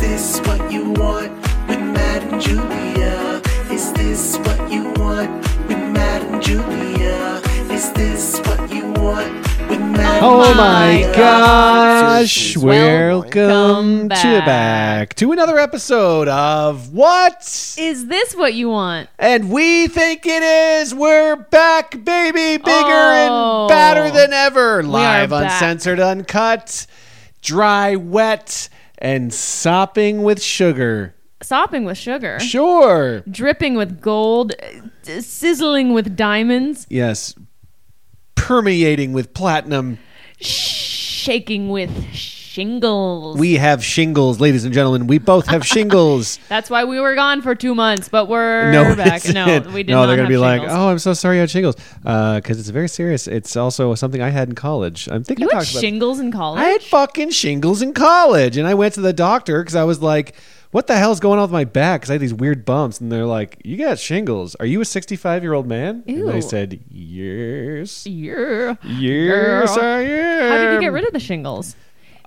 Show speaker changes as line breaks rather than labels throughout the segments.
this what you want with Matt and Julia? Is this what you want with Matt and Julia? Is this what you want with Matt
Oh
and
my
Julia?
gosh!
Welcome
Welcome
back.
to back to another episode of What?
Is this what you want?
And we think it is. We're back, baby, bigger
Oh.
and badder than ever. Live,
back.
uncensored, uncut, dry, wet, and sopping with sugar.
Sopping with sugar,
Sure.
dripping with gold, uh, d- sizzling with diamonds,
Yes. Permeating with platinum.
shaking with shingles.
We have shingles, ladies and gentlemen. We both have shingles.
That's why we were gone for two months, but we're
no,
back.
that's
No,
it.
we did
no,
not
they're gonna
have
be like,
shingles.
"Oh, I'm so sorry you had shingles," because it's very serious. It's also something I had in college. I'm thinking
you
I
had
talked about. it.
shingles in college.
I had fucking shingles in college, and I went to the doctor because I was like, "What the hell's going on with my back?" Because I had these weird bumps, and they're like, "You got shingles? Are you a 65 year old man?" And I
Ew.
said, "Yes,
yeah.
yes,
Girl.
I am."
How did you get rid of the shingles?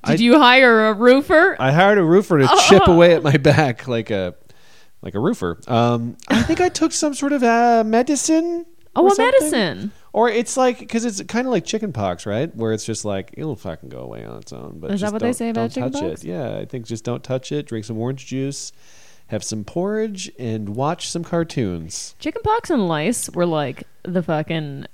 Did
Um, I-
you hire a roofer?
I hired a roofer to chip away at my back like a like a roofer. Um, I think I took some sort of uh, medicine.
oh,
or
well,
something.
medicine.
Or it's like because it's kind of like chicken pox, right? Where it's just like it'll fucking go away on its own. But
Is that
just
what they
don't-
say about
don't touch
chickenpox?
It. Yeah, I think just don't touch it. Drink some orange juice, have some porridge, and watch some cartoons.
Chickenpox and lice were like the fucking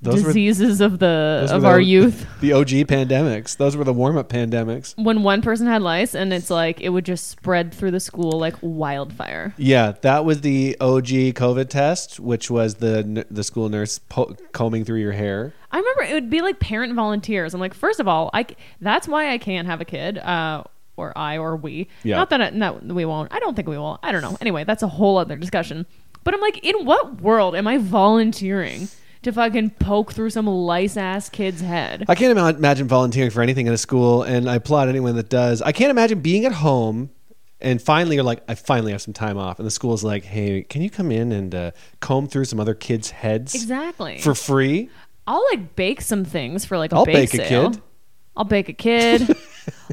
Those were
diseases of the
those
of
were
our
the-
youth.
the OG pandemics. Those were the warm up pandemics.
when one person had lice and it's like it would just spread through the school like wildfire.
Yeah, that was the OG COVID test, which was the n- the school nurse po- combing through your hair.
I remember it would be like parent volunteers. I'm like, first of all, I c- that's why I can't have a kid, uh, or I or we.
Yeah.
Not that I, not we won't. I don't think we will. I don't know. Anyway, that's a whole other discussion. But I'm like, in what world am I volunteering to fucking poke through some lice ass kid's head?
I can't ima- imagine volunteering for anything at a school, and I applaud anyone that does. I can't imagine being at home and finally you're like, I finally have some time off, and the school's like, Hey, can you come in and uh, comb through some other kids' heads
Exactly.
for free?
I'll like bake some things for like a
I'll
bake,
bake a
sale.
kid.
I'll bake a kid.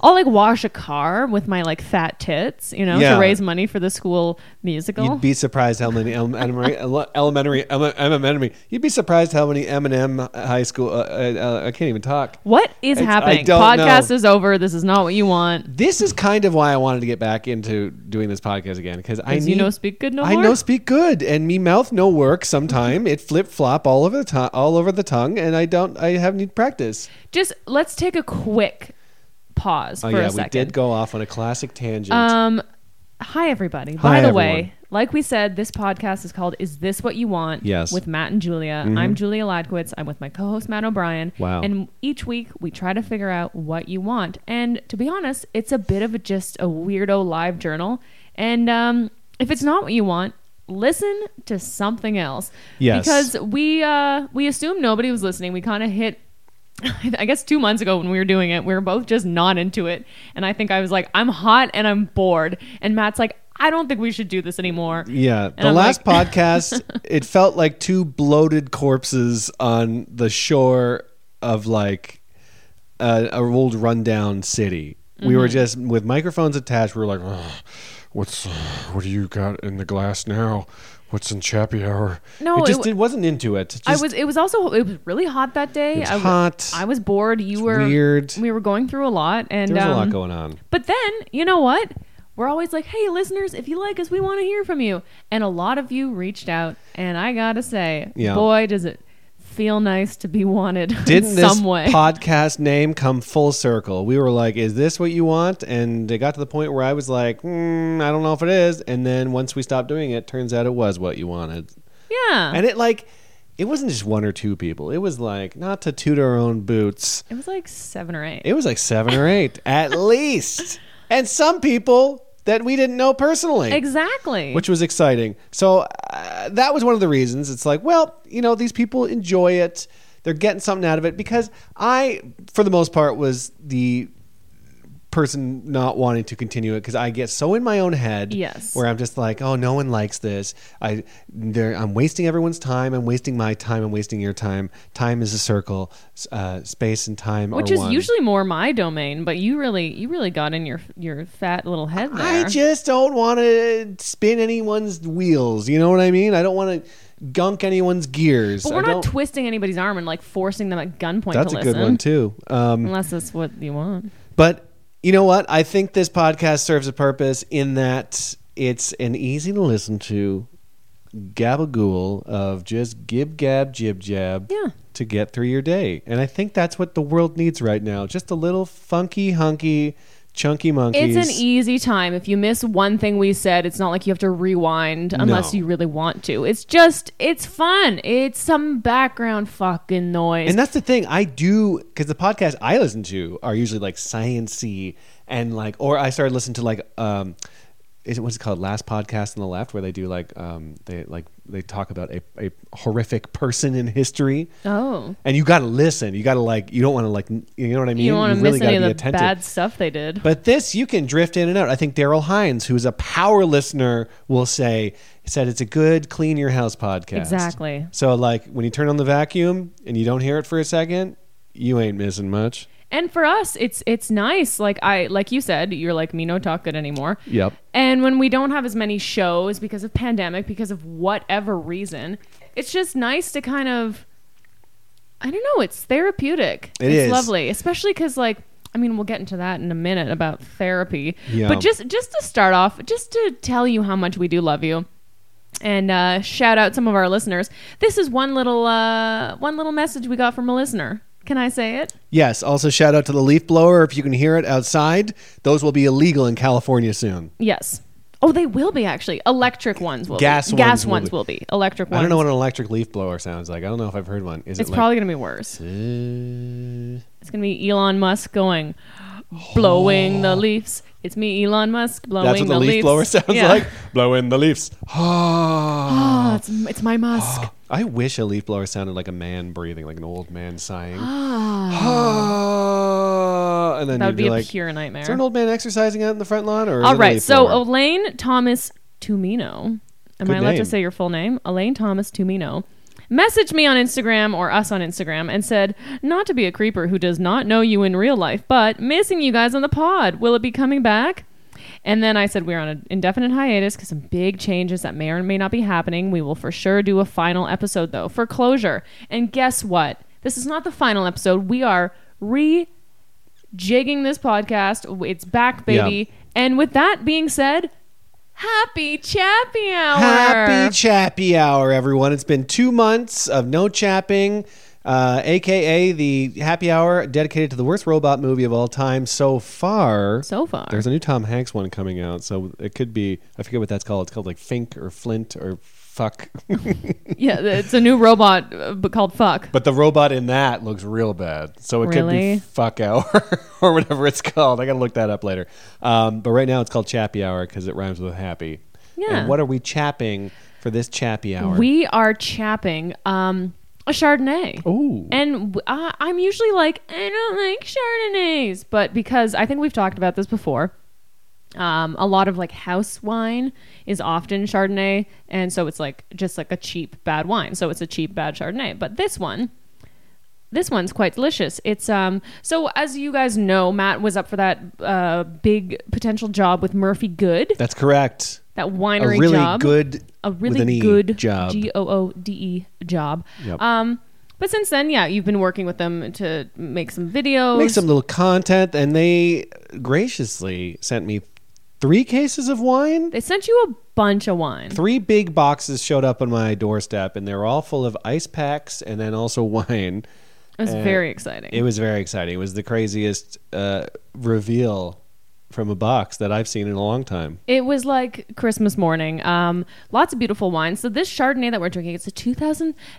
I'll like wash a car with my like fat tits, you know,
Yeah.
to raise money for the school musical.
You'd be surprised how many ele- elementary, ele- elementary, ele- elementary. You'd be surprised how many Eminem high school. Uh, uh, uh, I can't even talk.
what is
It's- I
happening?
don't
Podcast
know.
is over. This is not what you want.
This is kind of why I wanted to get back into doing this podcast again because I
'Cause
need
you know speak good no
I
more?
know speak good, and me mouth no work. Sometime it flip flop all over the tongue, all over the tongue, and I don't. I have need practice.
Just let's take a quick pause
Oh
for
yeah,
a
we
second.
did go off on a classic tangent.
Um, hi everybody. By
Hi,
the
everyone.
way, like we said, this podcast is called "Is This What You Want?"
Yes. Mm-hmm.
with Matt and Julia. I'm Julia Ladkowitz. I'm with my co-host Matt O'Brien.
Wow.
And each week we try to figure out what you want. And to be honest, it's a bit of a, just a weirdo live journal. And um, if it's not what you want. Listen to something else,
Yes.
Because we uh, we assumed nobody was listening. We kind of hit I guess two months ago when we were doing it, we were both just not into it. And I think I was like, I'm hot and I'm bored. And Matt's like, I don't think we should do this anymore.
yeah,
And
the
I'm
last
like-
podcast, it felt like two bloated corpses on the shore of like a, a old rundown city. We
Mm-hmm.
were just with microphones attached. We were like, "Ugh,
What's what do you got in the glass now? What's in Chappie Hour?
No,
it
it,
just
w
it wasn't into it. Just,
I was. It was also. It was really hot that day.
was
I w-
hot.
I was bored. You
It's
were
weird.
We were going through a lot, and
There was a lot
um,
going on.
But then, you know what? We're always like, hey, listeners, if you like us, we want to hear from you. And a lot of you reached out. And I got to say,
Yeah.
boy, does it feel nice to be wanted
Didn't
in
this
some way.
podcast name come full circle? We were like, "Is this what you want?" And it got to the point where I was like, mm, "I don't know if it is." And then once we stopped doing it, turns out it was what you wanted.
yeah.
And it like, it wasn't just one or two people. It was like not to toot our own boots.
it was like seven or eight.
It was like seven or eight at least, and some people that we didn't know personally.
Exactly.
which was exciting. So uh, that was one of the reasons. It's like, well, you know, these people enjoy it. They're getting something out of it because I, for the most part, was the person not wanting to continue it because I get so in my own head.
Yes.
Where I'm just like, oh, no one likes this. I, there, I'm wasting everyone's time. I'm wasting my time. I'm wasting your time. Time is a circle. S- Uh, space and time
which
are
is
one.
usually more my domain. But you really, you really got in your your fat little head there.
I just don't want to spin anyone's wheels. You know what I mean? I don't want to gunk anyone's gears.
but we're
I
not
don't-
twisting anybody's arm and like forcing them at gunpoint
That's
to
a
listen.
good one too. Um,
Unless that's what you want.
But you know what? I think this podcast serves a purpose in that it's an easy to listen to gabagool of just gib gab jib jab
Yeah.
to get through your day. And I think that's what the world needs right now. Just a little funky hunky chunky monkeys.
It's an easy time. If you miss one thing we said, it's not like you have to rewind unless
No.
you really want to. It's just, it's fun. It's some background fucking noise.
and that's the thing I do because the podcasts I listen to are usually like sciency and like, or I started listening to like, um, is it what's it called? Last podcast on the left, where they do like, um, they like they talk about a, a horrific person in history,
oh.
and you got to listen. You got to like, you don't want to like, n- you know what I mean?
You don't want to miss
gotta
any of the bad stuff they did.
But this, you can drift in and out. I think Daryl Hines, who is a power listener, will say, said it's a good clean your house podcast.
Exactly.
So, like, when you turn on the vacuum and you don't hear it for a second, you ain't missing much.
and for us, it's it's nice. Like I like you said, you're like me no talk good anymore.
Yep.
And when we don't have as many shows because of pandemic, because of whatever reason, it's just nice to kind of I don't know, it's therapeutic.
It
it's
is.
lovely, especially cuz like I mean, we'll get into that in a minute about therapy.
Yeah.
But just just to start off, just to tell you how much we do love you and uh, shout out some of our listeners. This is one little uh, one little message we got from a listener. Can I say it?
Yes. Also, shout out to the leaf blower if you can hear it outside. Those will be illegal in California soon.
Yes. Oh, they will be actually. Electric ones will
Gas
be.
ones
Gas
will
ones
be.
will be. Electric ones.
I don't know what an electric leaf blower sounds like. I don't know if I've heard one. Is
It's
it
probably going to be worse.
probably.
It's going to be Elon Musk going, blowing the leaves. It's me, Elon Musk, blowing
Oh. That's what the,
the
leaf
leaves.
blower sounds
Yeah.
like. Blow in the leaves. Ah.
Ah, it's, it's my Musk.
I wish a leaf blower sounded like a man breathing, like an old man sighing. and then
Ah, that
you'd
would be,
be
a
like,
pure nightmare.
Is there an old man exercising out in the front lawn? Or is
All
it a
right.
leaf
So
blower?
Elaine Thomas Tumino. Am
Good
I allowed
name.
to say your full name? Elaine Thomas Tumino. Messaged me on Instagram or us on Instagram and said, Not to be a creeper who does not know you in real life, but missing you guys on the pod. Will it be coming back? And then I said, We're on an indefinite hiatus because some big changes that may or may not be happening. We will for sure do a final episode, though, for closure. And guess what? This is not the final episode. We are re jigging this podcast. It's back, baby. And with that being said, happy Chappy Hour.
Happy Chappy Hour, everyone. It's been two months of no chapping, uh, aka the happy hour dedicated to the worst robot movie of all time so far.
so far.
There's a new Tom Hanks one coming out, so it could be, I forget what that's called. It's called like Fink or Flint or Fuck.
yeah, it's a new robot uh, but called Fuck.
But the robot in that looks real bad. So it could
Really?
be fuck hour or whatever it's called. I got to look that up later. Um, but right now it's called chappy hour because it rhymes with happy.
Yeah.
And what are we chapping for this chappy hour?
We are chapping um, a Chardonnay.
Ooh.
And w- uh, I'm usually like, I don't like Chardonnays. But because I think we've talked about this before, um, a lot of like house wine is often Chardonnay. And so it's like just like a cheap, bad wine. So it's a cheap, bad Chardonnay. But this one, this one's quite delicious. It's um so as you guys know, Matt was up for that uh big potential job with Murphy Good,
That's correct.
that
A
winery
really
job
good,
a
with an
really
E
good
job.
G O O D E job.
Yep.
Um, but since then, yeah, you've been working with them to make some videos.
Make some little content, and they graciously sent me three cases of wine.
They sent you a bunch of wine.
Three big boxes showed up on my doorstep, and they were all full of ice packs and then also wine.
It was
Uh,
very exciting.
It was very exciting. It was the craziest uh, reveal from a box that I've seen in a long time.
It was like Christmas morning. Um, lots of beautiful wines. So this Chardonnay that we're drinking, it's a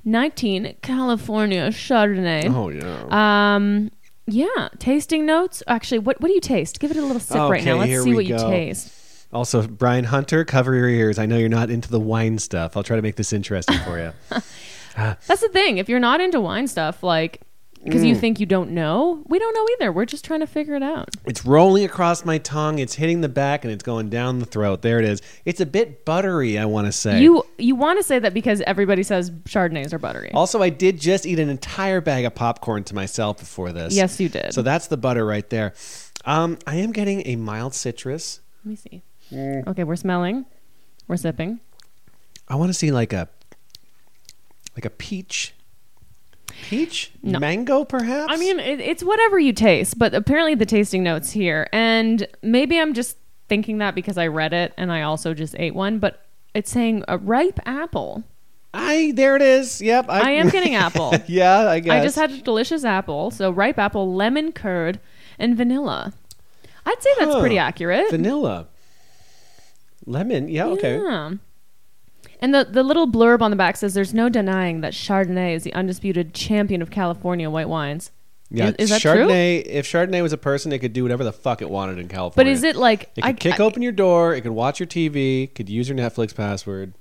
2019 California Chardonnay.
yeah.
Um, yeah. Tasting notes. Actually, what what do you taste? Give it a little sip right now.
Oh, Okay,
Let's
here
see
we
what you
go.
taste.
also, Brian Hunter, cover your ears. I know you're not into the wine stuff. I'll try to make this interesting for you.
That's the thing. If you're not into wine stuff, like because you think you don't know. We don't know either. We're just trying to figure it out.
It's rolling across my tongue. It's hitting the back and it's going down the throat. There it is. It's a bit buttery, I want to say.
You you want to say that because everybody says chardonnays are buttery.
also, I did just eat an entire bag of popcorn to myself before this.
Yes, you did.
So that's the butter right there. Um, I am getting a mild citrus.
Let me see. Okay, we're smelling. We're sipping.
I want to see like a like a peach, peach,
No.
mango, perhaps.
I mean, it, it's whatever you taste, but apparently the tasting notes here. And maybe I'm just thinking that because I read it and I also just ate one, but it's saying a ripe apple.
I there it is. Yep,
I am getting apple.
Yeah, I guess.
I just had a delicious apple, so ripe apple, lemon curd, and vanilla. I'd say that's
Huh.
pretty accurate.
vanilla, lemon. Yeah, okay.
Yeah. And the, the little blurb on the back says there's no denying that Chardonnay is the undisputed champion of California white wines.
Yeah,
Is- is that true?
Chardonnay. If Chardonnay was a person, it could do whatever the fuck it wanted in
But
California.
is it like
It could kick open your door. It could watch your TV. Could use your Netflix password.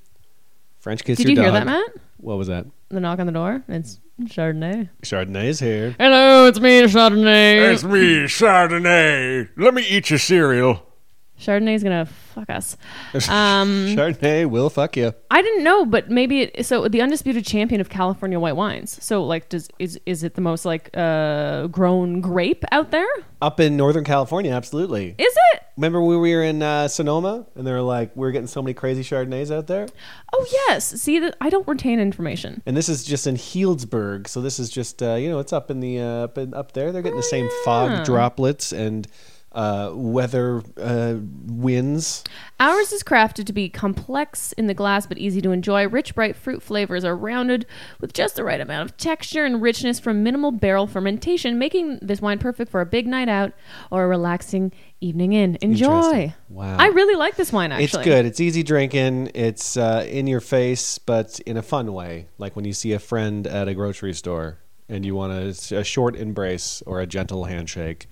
French kiss
Did
your
you hear
dog.
that, Matt?
What was that?
The knock on the door? It's Chardonnay.
Chardonnay is here.
Hello, it's me, Chardonnay.
It's me, Chardonnay. Let me eat your cereal.
Chardonnay's gonna fuck us. Um,
Chardonnay will fuck you.
I didn't know, but maybe it, so. The undisputed champion of California white wines. So, like, does is is it the most like uh grown grape out there?
Up in Northern California, absolutely.
Is it?
Remember when we were in uh, Sonoma and they were like, we are getting so many crazy Chardonnays out there?
Oh yes. See, that I don't retain information.
And this is just in Healdsburg. So this is just, uh, you know, it's up in the, uh, up, in, up there. They're getting the same
Oh, yeah.
fog droplets and uh, weather uh, winds.
Ours is crafted to be complex in the glass but easy to enjoy. Rich, bright fruit flavors are rounded with just the right amount of texture and richness from minimal barrel fermentation, making this wine perfect for a big night out or a relaxing evening in. Enjoy.
Interesting. Wow.
I really like this wine, actually.
It's good. It's easy drinking. It's uh, in your face, but in a fun way. Like when you see a friend at a grocery store and you want a, a short embrace or a gentle handshake.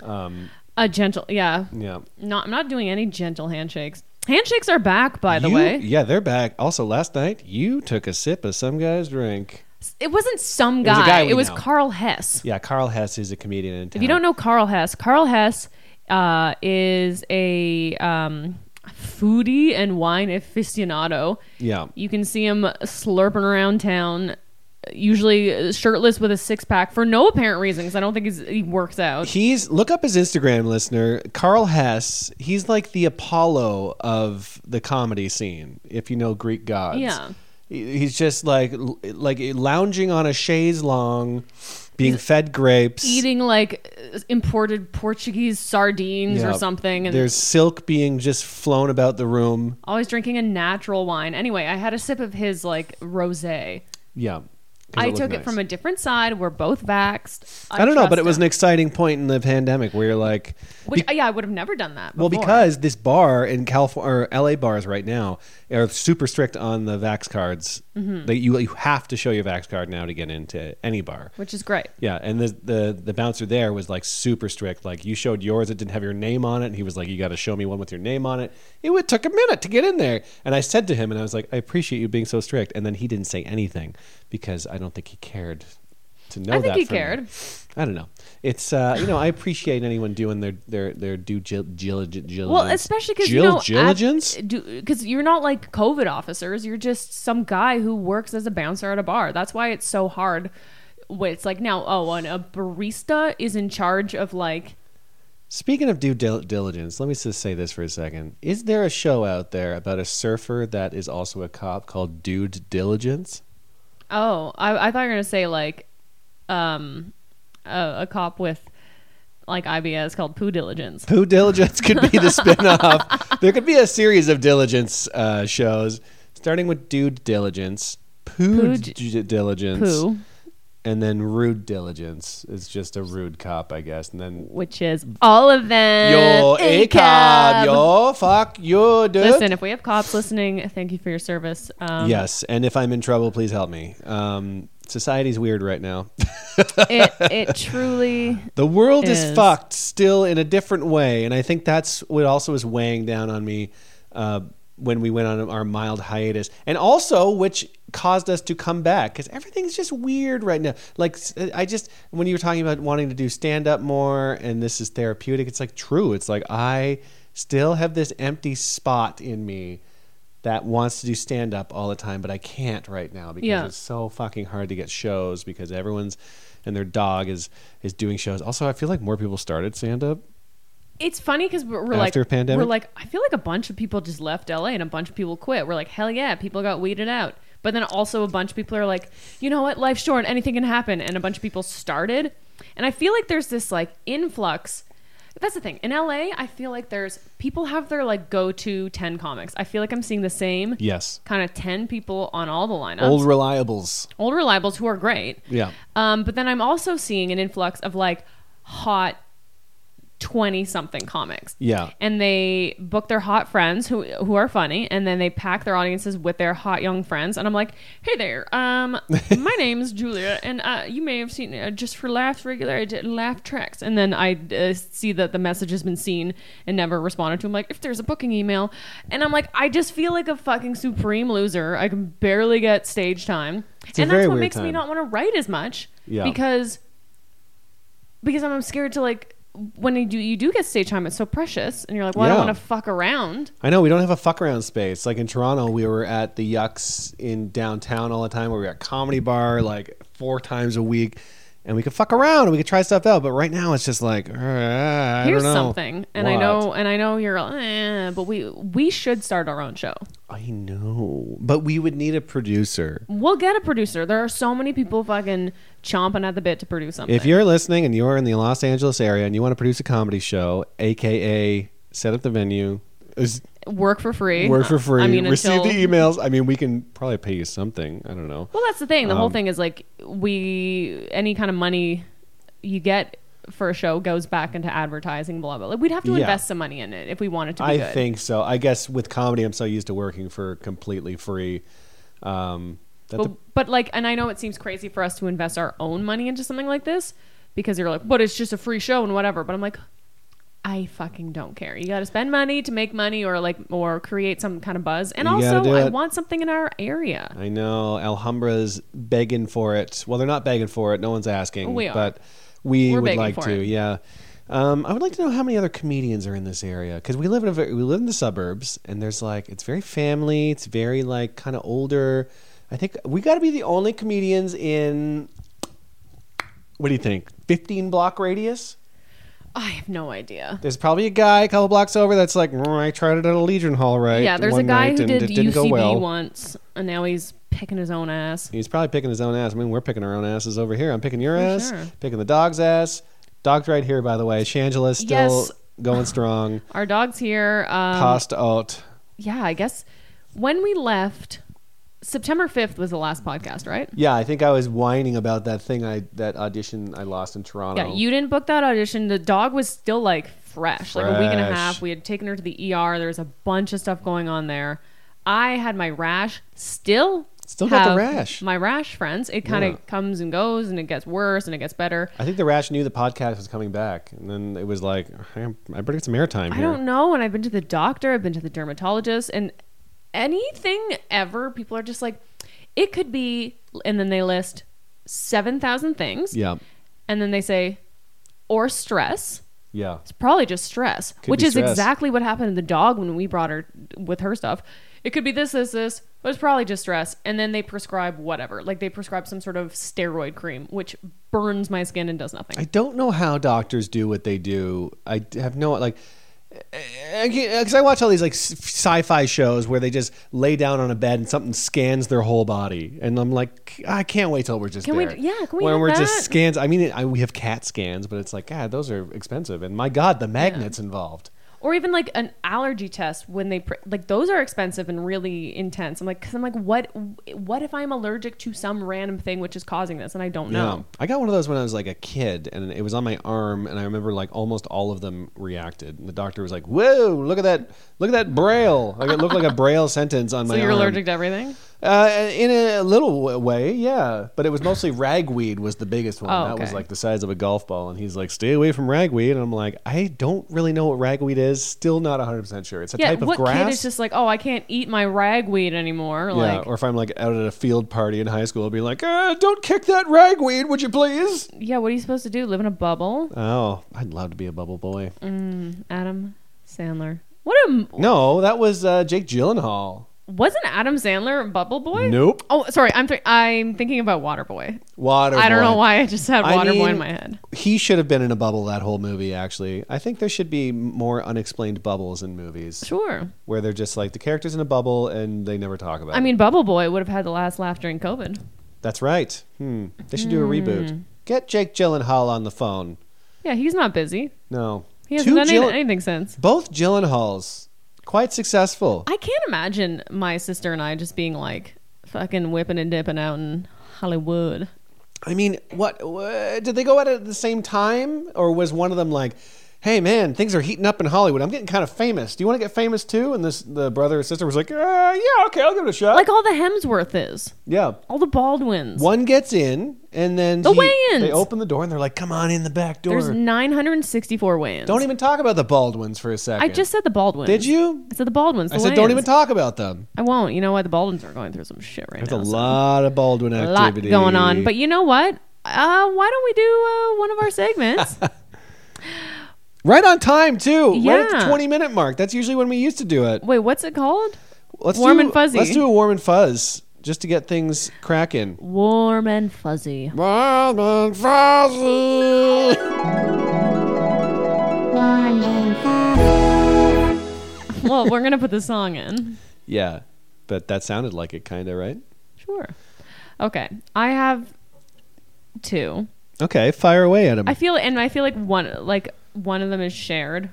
A gentle, yeah.
Yeah.
Not, I'm not doing any gentle handshakes. Handshakes are back, by the
You-
way.
Yeah, they're back. Also, last night you took a sip of some guy's drink.
It wasn't some
It was a
guy,
guy we
it was
know.
Carl Hess.
Yeah, Carl Hess is a comedian in town.
If you don't know Carl Hess, Carl Hess uh, is a um, foodie and wine aficionado.
yeah,
You can see him slurping around town, usually shirtless with a six pack for no apparent reason because I don't think he's, he works out.
he's look up his Instagram, listener. Carl Hess. He's like the Apollo of the comedy scene. If you know Greek gods,
Yeah.
He- He's just like like lounging on a chaise long, being fed grapes,
Eating like imported Portuguese sardines or
Yeah.
something, and
There's silk being just flown about the room.
always drinking a natural wine. Anyway, I had a sip of his like rosé.
Yeah, 'Cause
I
looked
took it
nice.
from a different side. We're both vaxxed.
I don't know, but
trust
it was
him.
an exciting point in the pandemic where you're like,
Which, yeah, I would have never done that.
Well,
before.
because this bar in California or LA bars right now are super strict on the vax cards.
Mm-hmm.
They, you you have to show your vax card now to get into any bar.
which is great.
Yeah, and the, the the bouncer there was like super strict. Like you showed yours, it didn't have your name on it, and he was like, "You got to show me one with your name on it." It would, took a minute to get in there, and I said to him, and I was like, "I appreciate you being so strict." And then he didn't say anything because I don't think he cared to know
I think
that
he
from me.
cared.
I don't know. It's uh, you know I appreciate anyone doing their their their due gil- gil- gil-
Well, especially because you
gil-
know,
diligence.
because you're not like COVID officers. You're just some guy who works as a bouncer at a bar. That's why it's so hard. Wait, It's like now, oh, and a barista is in charge of like.
Speaking of due dil- diligence, let me just say this for a second. Is there a show out there about a surfer that is also a cop called Dude Diligence?
Oh, I, I thought you were gonna say like, um, a, a cop with like IBS called poo diligence.
Pooh Diligence could be the spinoff. there could be a series of diligence uh, shows, starting with Dude Diligence, Pooh
Poo
d- Diligence,
Poo,
and then Rude Diligence. It's just a rude cop, I guess, and then
which is all of them.
Yo, Uh, a cab. Yo, fuck you, dude.
Listen, if we have cops listening, thank you for your service. Um,
Yes, and if I'm in trouble, please help me. Um, society's weird right now.
it it truly
the world is.
Is.
fucked still in a different way, and I think that's what also is weighing down on me. Uh, when we went on our mild hiatus, and also which caused us to come back because everything's just weird right now. Like s- uh, I just when you were talking about wanting to do stand up more, and this is therapeutic. It's like true. It's like I still have this empty spot in me that wants to do stand up all the time, but I can't right now because
Yeah.
it's so fucking hard to get shows because everyone's and their dog is is doing shows. Also, I feel like more people started stand up.
It's funny because we're, we're
After
like
pandemic?
we're like I feel like a bunch of people just left LA and a bunch of people quit. We're like hell yeah, people got weeded out. But then also a bunch of people are like, you know what, life's short, anything can happen, and a bunch of people started. And I feel like there's this like influx. That's the thing in LA. I feel like there's people have their like go to ten comics. I feel like I'm seeing the same
Yes.
kind of ten people on all the lineups.
Old reliables.
old reliables who are great.
Yeah.
Um, but then I'm also seeing an influx of like hot 20 something comics.
Yeah.
And they book their hot friends who who are funny and then they pack their audiences with their hot young friends and I'm like, "Hey there. Um my name's Julia and uh, you may have seen uh, just for laughs regular I did laugh tracks." And then I uh, see that the message has been seen and never responded to. I'm like, "If there's a booking email." And I'm like, "I just feel like a fucking supreme loser. I can barely get stage time."
a
and
very
that's what
weird
makes me
time.
not want to write as much
Yeah.
because because I'm scared to like when you do you do get stage time, it's so precious, and you're like, well, I
Yeah.
don't want to fuck around.
I know we don't have a fuck around space. Like in Toronto, we were at the Yucks in downtown all the time, where we were at comedy bar like four times a week, and we could fuck around and we could try stuff out. But right now, it's just like uh, I
Here's
don't know.
something, and I
What?
know, and I know you're, eh, but we we should start our own show.
I know, but we would need a producer.
We'll get a producer. There are so many people fucking chomping at the bit to produce something.
If you're listening and you're in the Los Angeles area and you want to produce a comedy show, aka set up the venue, is-
work for free,
work for free,
I mean,
receive
until,
the emails. I mean, we can probably pay you something. I don't know.
Well, that's the thing. The whole
Um,
thing is like we any kind of money you get for a show goes back into advertising, blah blah. Like we'd have to
Yeah.
invest some money in it if we wanted to. Be
I
good.
think so. I guess with comedy, I'm so used to working for completely free. Um, that
but,
the,
but like, and I know it seems crazy for us to invest our own money into something like this because you're like, but it's just a free show and whatever. But I'm like, I fucking don't care. You got to spend money to make money or like, or create some kind of buzz. And
You gotta
also,
do
I
it.
want something in our area.
I know Alhambra's begging for it. Well, they're not begging for it. No one's asking.
We are.
But we
We're
would
begging
like
for
to.
it.
Yeah. Um, I would like to know how many other comedians are in this area because we live in a very, we live in the suburbs and there's like it's very family. It's very like kind of older. I think we got to be the only comedians in. What do you think? 15 block radius?
I have no idea.
There's probably a guy a couple blocks over that's like, "Mm, I tried it at a Legion Hall, right?
yeah, there's a
one
guy
night
who
and
did
it didn't
UCB
go well.
once, and now he's picking his own ass.
He's probably picking his own ass. I mean, we're picking our own asses over here. I'm picking your
For
ass,
sure.
picking the dog's ass. Dog's right here, by the way. Shangela's still
Yes.
going strong.
Our dog's here. Um,
Passed out.
yeah, I guess when we left, September 5th was the last podcast, right?
Yeah, I think I was whining about that thing I that audition I lost in Toronto.
Yeah, you didn't book that audition. The dog was still like fresh, like a week and a
Fresh.
half. We had taken her to the ER. There was a bunch of stuff going on there. I had my rash. Still,
Still got the
have
rash.
My rash, friends. It kind of
Yeah.
comes and goes, and it gets worse, and it gets better.
I think the rash knew the podcast was coming back, and then it was like, I, I better get some airtime
I
here.
don't know. And I've been to the doctor. I've been to the dermatologist, and anything ever, people are just like, it could be, and then they list seven thousand things.
Yeah,
and then they say, or stress.
yeah.
It's probably just stress,
Could
which
be
is
stress.
exactly what happened to the dog when we brought her with her stuff. It could be this, this, this, but it's probably just stress. And then they prescribe whatever. Like they prescribe some sort of steroid cream, which burns my skin and does nothing.
I don't know how doctors do what they do. I d- have no like because I watch all these like s- sci-fi shows where they just lay down on a bed and something scans their whole body, and I'm like, I can't wait till we're just
Can we-
there.
yeah, can we
When
have
we're just
that?
scans, I mean, I, we have CAT scans, but it's like, God, those are expensive, and my God, the magnets involved.
or even like an allergy test when they pre- like those are expensive and really intense. I'm like, because I'm like, what? What if I'm allergic to some random thing which is causing this and I don't know?
Yeah. I got one of those when I was like a kid, and it was on my arm, and I remember like almost all of them reacted. And the doctor was like, "Whoa, look at that! Look at that braille! Like it looked like a braille sentence on
So
my
you're
arm."
allergic to everything.
Uh, in a little w- way, yeah. But it was mostly ragweed was the biggest one.
Oh,
That was
okay.
like the size of a golf ball. And he's like, stay away from ragweed. And I'm like, I don't really know what ragweed is. Still not 100% sure. It's a
Yeah,
type of
what
grass.
kid is just like, oh, I can't eat my ragweed anymore?
yeah,
like,
or if I'm like out at a field party in high school, I'll be like, uh, "Don't kick that ragweed, would you please?"
yeah, what are you supposed to do? Live in a bubble?
Oh, I'd love to be a bubble boy.
Mm. Adam Sandler. What a
No, that was uh, Jake Gyllenhaal.
wasn't Adam Sandler a bubble boy?
Nope,
Oh, sorry. I'm th- I'm thinking about Waterboy.
water.
I don't
boy.
know why I just had
I
Waterboy
mean-
in my head.
he should have been in a bubble that whole movie. Actually, I think there should be more unexplained bubbles in movies
Sure.
where they're just like the characters in a bubble and they never talk about.
I
it.
mean, Bubble Boy would have had the last laugh during COVID.
that's right. Hmm. They should do a
Hmm.
reboot. Get Jake Gyllenhaal on the phone.
Yeah, he's not busy.
No,
He hasn't done
Gyllen-
any- anything since.
both Gyllenhaals quite successful.
I can't imagine my sister and I just being like fucking whipping and dipping out in Hollywood.
I mean, what, wha- did they go at it at the same time, or was one of them like, "Hey, man, things are heating up in Hollywood. I'm getting kind of famous. Do you want to get famous too?" And this the brother or sister was like, uh, "Yeah, okay, I'll give it a shot."
Like all the Hemsworth is,
yeah,
all the Baldwins.
one gets in, and then
The
he-
Wayans!
They open the door and they're like, "Come on in the back door."
There's 964 weigh-ins.
don't even talk about the Baldwins for a
I
second.
just said the Baldwins.
did you?
I said the Baldwins.
I
the
said, don't
Wayans.
even talk about them.
I won't. You know why the Baldwins are going through some shit right
There's
now.
a
so-
lot of Baldwin
a lot
activity
going on. But you know what? Uh, why don't we do uh, one of our segments?
right on time too. Right at the
Yeah.
20 minute mark. That's usually when we used to do it.
Wait, what's it called?
Let's
Warm
do-
and fuzzy.
Let's do a warm and fuzz just to get things cracking.
Warm and fuzzy.
Warm and fuzzy.
well, we're gonna put the song in.
Yeah, but that sounded like it, kind of right.
Sure. Okay, I have two.
Okay, fire away at him.
I feel, and I feel like one, like one of them is shared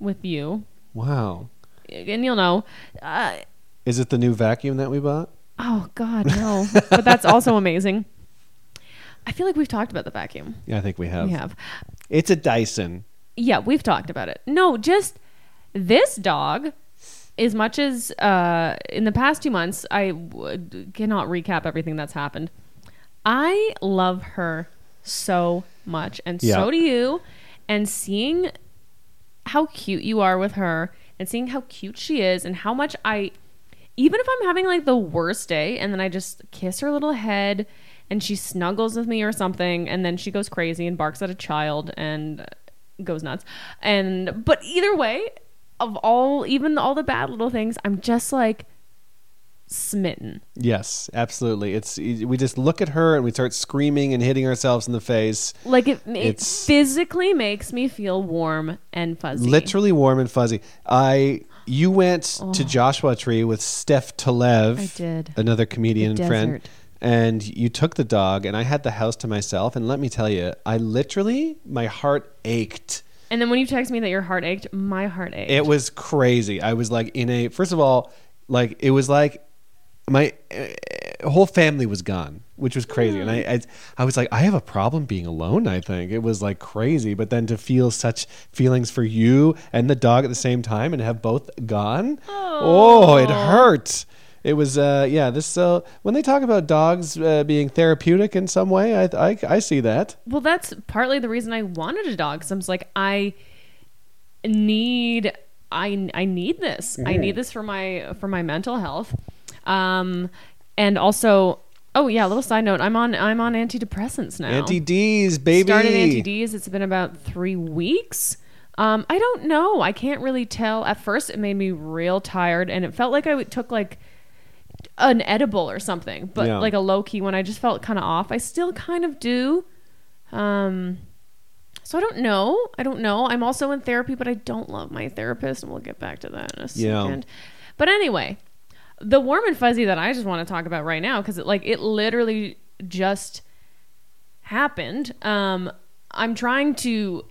with you,
wow,
and you'll know. Uh,
is it the new vacuum that we bought?
oh God, no! but that's also amazing. I feel like we've talked about the vacuum.
Yeah, I think we have.
We have.
It's a Dyson.
Yeah, we've talked about it. No, just this dog. As much as uh, in the past two months, I w- cannot recap everything that's happened. I love her so much, and
Yeah.
so do you. And seeing how cute you are with her, and seeing how cute she is, and how much I, even if I'm having like the worst day, and then I just kiss her little head, and she snuggles with me or something, and then she goes crazy and barks at a child and uh, goes nuts. And but either way, of all even all the bad little things, I'm just like smitten.
Yes, absolutely. It's e, we just look at her and we start screaming and hitting ourselves in the face.
Like it, it
It's-
physically makes me feel warm and fuzzy.
Literally warm and fuzzy. I you went to Joshua Tree with Steph Telev,
Oh. I did.
another comedian
The
friend,
desert.
and you took the dog, and I had the house to myself. And let me tell you, I literally my heart ached.
And then when you text me that your heart ached, my heart ached.
It was crazy. I was like in a first of all, like it was like my uh, whole family was gone, which was crazy. And I, I I was like I have a problem being alone, I think. It was like crazy, but then to feel such feelings for you and the dog at the same time and have both gone. Oh, it hurt. It was uh yeah, this so when they talk about dogs uh, being therapeutic in some way, I I I see that.
Well, that's partly the reason I wanted a dog. Because I'm just like, I need, I, I need this. I need this for my for my mental health, um, and also, oh yeah, a little side note. I'm on I'm on antidepressants now.
Anti D's baby.
Started anti-Ds. It's been about three weeks. Um, I don't know. I can't really tell. At first, it made me real tired, and it felt like I would- took like an edible or something, but
Yeah.
like a low key one. I just felt kind of off. I still kind of do. Um, so I don't know. I don't know. I'm also in therapy, but I don't love my therapist, and we'll get back to that in a
Yeah.
second. But anyway, the warm and fuzzy that I just want to talk about right now because it like it literally just happened. Um, I'm trying to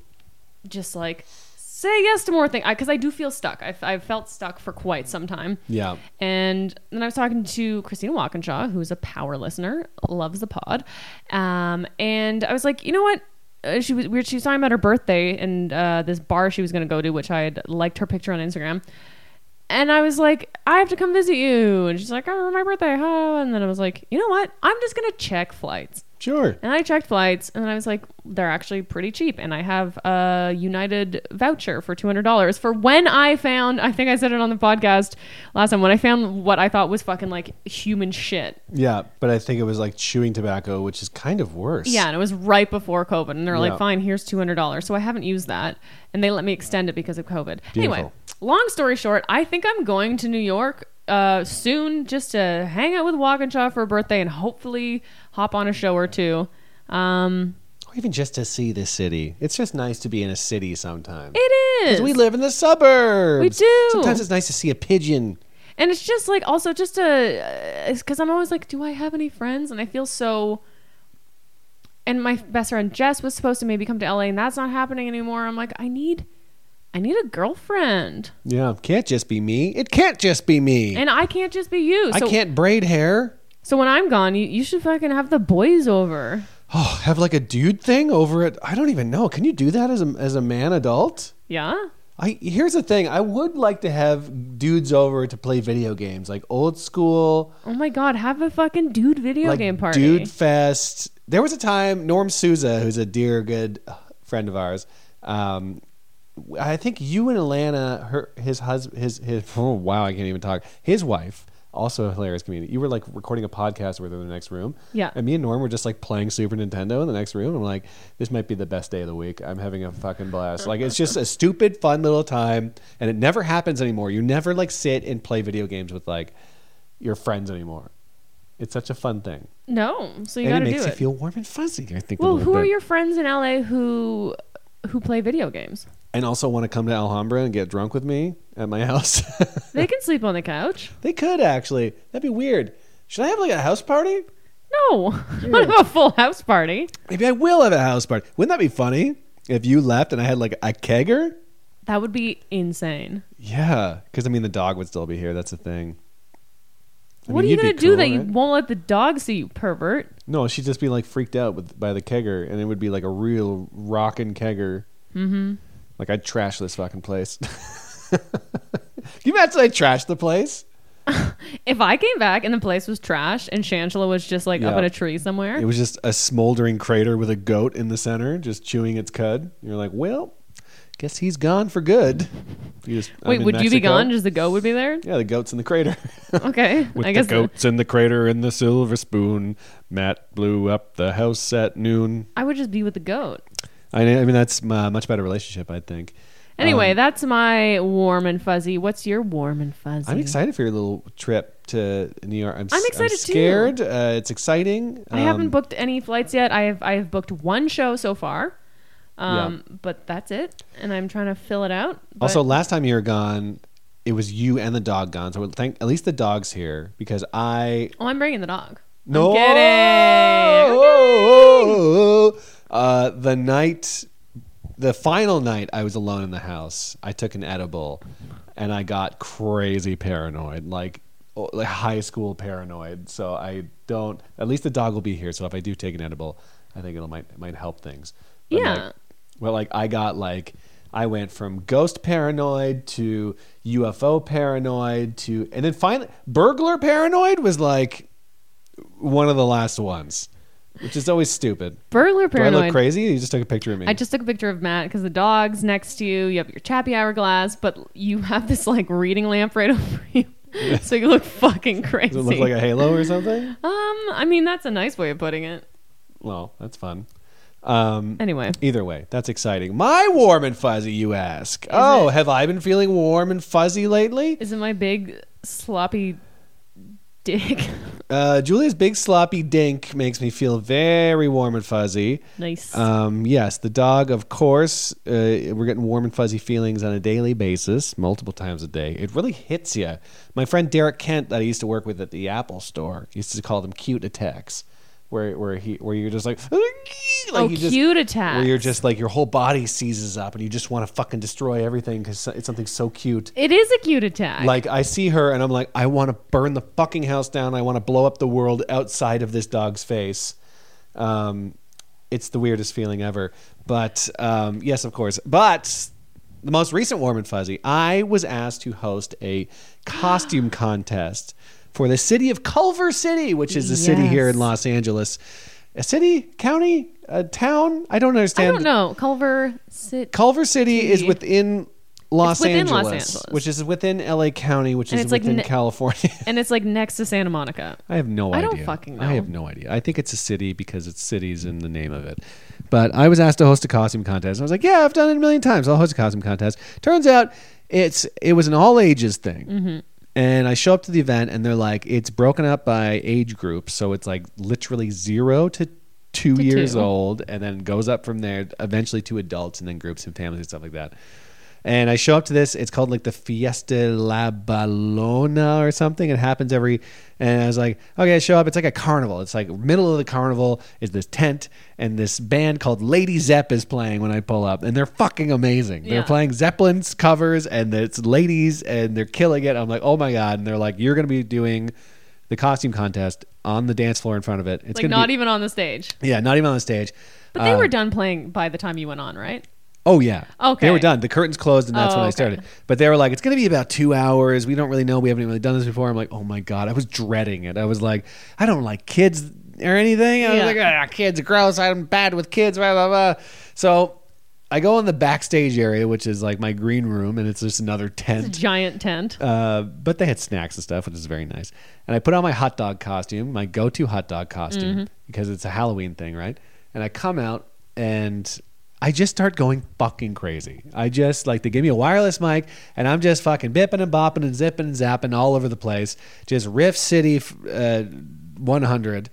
just like say yes to more things because I, do feel stuck. I've, I've felt stuck for quite some time.
Yeah.
And then I was talking to Christina Walkinshaw, who's a power listener, loves the pod. Um, and I was like, you know what? Uh, she was we were, she was talking about her birthday and uh, this bar she was going to go to, which I had liked her picture on Instagram. And I was like, I have to come visit you. And she's like, oh, my birthday. Huh? And then I was like, you know what? I'm just going to check flights.
Sure.
And I checked flights, and then I was like, they're actually pretty cheap. And I have a United voucher for $200 for when I found, I think I said it on the podcast last time, when I found what I thought was fucking like human shit.
Yeah, but I think it was like chewing tobacco, which is kind of worse.
Yeah, and it was right before COVID. And they're
Yeah.
like, fine, here's $200. So I haven't used that. And they let me extend it because of COVID. Anyway,
Beautiful.
long story short, I think I'm going to New York uh, soon just to hang out with Walkinshaw for a birthday and hopefully hop on a show or two. Um,
Or even just to see the city. It's just nice to be in a city sometimes.
it is.
we live in the suburbs.
We do.
Sometimes it's nice to see a pigeon.
and it's just like also just a because i'm always like do i have any friends and i feel so and my best friend jess was supposed to maybe come to la and that's not happening anymore i'm like i need i need a girlfriend
Yeah, can't just be me. It can't just be me.
and i can't just be you so,
I can't braid hair.
so when i'm gone you, you should fucking have the boys over
Oh, have like a dude thing over it. I don't even know. Can you do that as a as a man adult?
yeah
I here's the thing. I would like to have dudes over to play video games, like old school,
oh my god have a fucking dude video
like
game party
dude fest. There was a time Norm Souza, who's a dear good friend of ours. Um, I think you and Alana, her his husband, his his. Oh, wow, I can't even talk. His wife. Also a hilarious comedian. You were like recording a podcast with her in the next room.
Yeah.
And me and Norm were just like playing Super Nintendo in the next room. I'm like, this might be the best day of the week. I'm having a fucking blast. Like, it's just a stupid, fun little time. And it never happens anymore. You never like sit and play video games with like your friends anymore. It's such a fun thing.
no so you
and it
gotta
makes
do
you
it
feel warm and fuzzy, I think. a
well
little
who are
bit.
your friends in la who who play video games
And also want to come to Alhambra and get drunk with me at my house.
they can sleep on the couch
they could actually. That'd be weird. Should I have like a house party?
No, not have a full house party.
Maybe I will have a house party. Wouldn't that be funny if you left and I had like a kegger?
That would be insane.
Yeah, because I mean the dog would still be here. That's the thing. I
what are
mean,
you
you'd be
gonna do
cool,
that you
right?
won't let the dog see you, pervert?
No, she'd just be like freaked out with by the kegger, and it would be like a real rockin' kegger. Mm-hmm. Like I'd trash this fucking place. Can you imagine I trash the place?
If I came back and the place was trash and Shangela was just like up
Yeah.
in a tree somewhere,
It was just a smoldering crater with a goat in the center, just chewing its cud. You're like, well, guess he's gone for good. You just, I'm
wait,
in
would you be
Mexico.
gone? Just the goat would be there.
yeah, the goat's in the crater.
Okay,
With
I guess
the goats in the crater and the silver spoon, Matt blew up the house at noon.
I would just be with the goat.
I, I mean, that's a much better relationship, I think.
Anyway, that's my warm and fuzzy. What's your warm and fuzzy?
I'm excited for your little trip to New York. I'm, s-
excited, too.
scared. Uh, it's exciting.
I haven't booked any flights yet. I have I have booked one show so far, um, but that's it. And I'm trying to fill it out. but-
Also, last time you were gone, it was you and the dog gone. So thank at least the dog's here because I
oh, I'm bringing the dog.
no
I'm kidding.
Oh,
I'm
Uh, the night, the final night, I was alone in the house. I took an edible, and I got crazy paranoid, like oh, like high school paranoid. So I don't. At least the dog will be here. So if I do take an edible, I think it'll might it might help things. But
Yeah.
like- well, like I got like I went from ghost paranoid to UFO paranoid to and then finally burglar paranoid was like one of the last ones, which is always stupid.
Burglar paranoid.
Do I look crazy? You just took a picture of me.
I just took a picture of Matt because the dog's next to you. You have your chappy hour glass, but you have this like reading lamp right over you, so you look fucking crazy.
Does it look like a halo or something?
um, I mean that's a nice way of putting it.
Well, that's fun. Um,
Anyway,
either way, that's exciting. My warm and fuzzy, you ask. oh, have I been feeling warm and fuzzy lately?
is it my big sloppy dick?
Uh, Julia's big sloppy dink makes me feel very warm and fuzzy.
nice.
Um, yes, the dog, of course. Uh, we're getting warm and fuzzy feelings on a daily basis, multiple times a day. It really hits you. My friend Derek Kent, that I used to work with at the Apple store, used to call them cute attacks, where where he where you're just like, like
oh,
you just-
cute attack.
where you're just like your whole body seizes up and you just want to fucking destroy everything because it's something so cute.
It is a cute attack.
Like I see her and I'm like, I want to burn the fucking house down. I want to blow up the world outside of this dog's face. Um, it's the weirdest feeling ever. But um, yes, of course. But the most recent Warm and Fuzzy, I was asked to host a costume contest for the city of Culver City, which is a city here in
Yes.
Los Angeles. A city, county, a town? I don't
I
understand.
don't know. Culver City.
Culver City is within Los,
within
Angeles,
Los Angeles.
which is within LA County, which
And
is
it's like
within
ne-
California.
and it's like next to Santa Monica.
I have no
I
idea.
don't fucking
I
know.
have no idea. I think it's a city because it's cities in the name of it. But I was asked to host a costume contest. I was like, yeah, I've done it a million times. I'll host a costume contest. Turns out it's it was an all ages thing.
Mm-hmm.
And I show up to the event and they're like, it's broken up by age group. So it's like literally zero to two
To
years
two.
old and then goes up from there eventually to adults and then groups and families and stuff like that. And I show up to this. It's called like the Fiesta La Balona or something. It happens every. And I was like, okay, I show up. It's like a carnival. It's like middle of the carnival is this tent, and this band called Lady Zepp is playing when I pull up, and they're fucking amazing. They're
Yeah.
playing Zeppelin's covers, and it's ladies, and they're killing it. I'm like, oh my god! And they're like, you're gonna be doing the costume contest on the dance floor in front of it. It's
like
gonna
not
be,
even on the stage.
Yeah, not even on the stage.
But they
Uh,
were done playing by the time you went on, right?
Oh yeah.
Okay.
They were done. The curtains closed, and that's
Oh,
when I
okay.
started. But they were like, "It's going to be about two hours. We don't really know. We haven't really done this before." I'm like, "Oh my god!" I was dreading it. I was like, "I don't like kids or anything." I was
Yeah.
like, "Ah, kids are gross. I'm bad with kids." Blah blah blah. So I go in the backstage area, which is like my green room, and it's just another
It's a
tent.
giant tent.
Uh, but they had snacks and stuff, which is very nice. And I put on my hot dog costume, my go-to hot dog costume, because it's a Halloween thing, right? And I come out and I just start going fucking crazy. I just like they give me a wireless mic and I'm just fucking bipping and bopping and zipping and zapping all over the place, just Riff City f- uh, 100.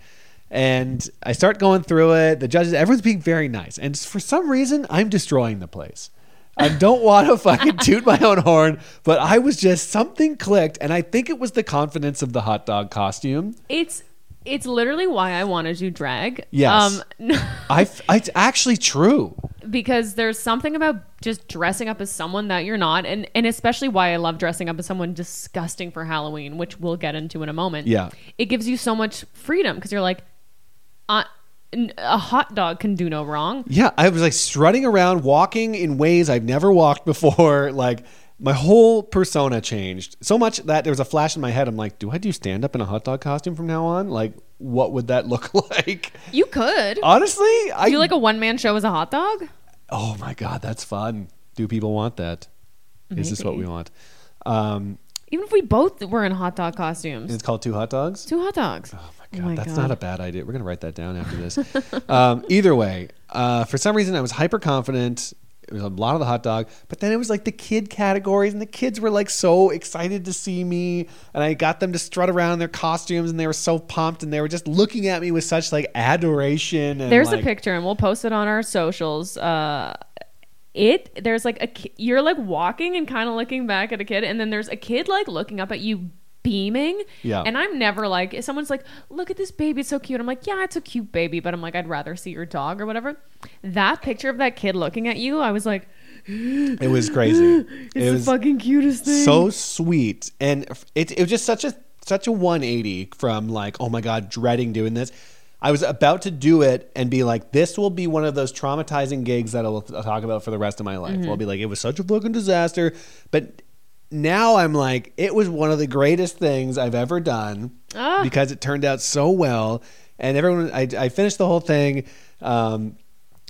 And I start going through it. The judges, everyone's being very nice, and for some reason, I'm destroying the place. I don't want to fucking toot my own horn, but I was just something clicked, and I think it was the confidence of the hot dog costume.
It's it's literally why I wanted to drag. Um,
Yes. I, f- it's actually true.
because there's something about just dressing up as someone that you're not and and especially why I love dressing up as someone disgusting for Halloween, which we'll get into in a moment.
Yeah.
It gives you so much freedom because you're like uh, n- a hot dog can do no wrong.
Yeah, I was like strutting around, walking in ways I've never walked before. Like my whole persona changed so much that there was a flash in my head. I'm like, do I do stand up in a hot dog costume from now on? Like, what would that look like?
You could.
Honestly, I
do you like a one man show as a hot dog?
Oh my god, that's fun. Do people want that? Is this what we
Maybe.
want? Um,
Even if we both were in hot dog costumes.
it's called two hot dogs.
Two hot dogs. Oh
God, that's not a bad idea. We're gonna write that down after this. um, either way, uh, for some reason I was hyper confident. It was a lot of the hot dog, but then it was like the kid categories, and the kids were like so excited to see me, and I got them to strut around in their costumes, and they were so pumped, and they were just looking at me with such like adoration. And
There's
like,
a picture, and we'll post it on our socials. Uh, it there's like a ki- you're like walking and kind of looking back at a kid, and then there's a kid like looking up at you, beaming.
Yeah.
And I'm never like if someone's like, look at this baby, it's so cute. I'm like, yeah, it's a cute baby, but I'm like, I'd rather see your dog or whatever. That picture of that kid looking at you, I was like,
It was crazy.
it's
it
the
was
fucking cutest thing.
so sweet and it, it was just such a such a 180 from like oh my god dreading doing this i was about to do it and be like this will be one of those traumatizing gigs that i'll, I'll talk about for the rest of my life
Mm-hmm.
i'll be like it was such a fucking disaster but now i'm like it was one of the greatest things i've ever done
Ah.
because it turned out so well and everyone i, I finished the whole thing um,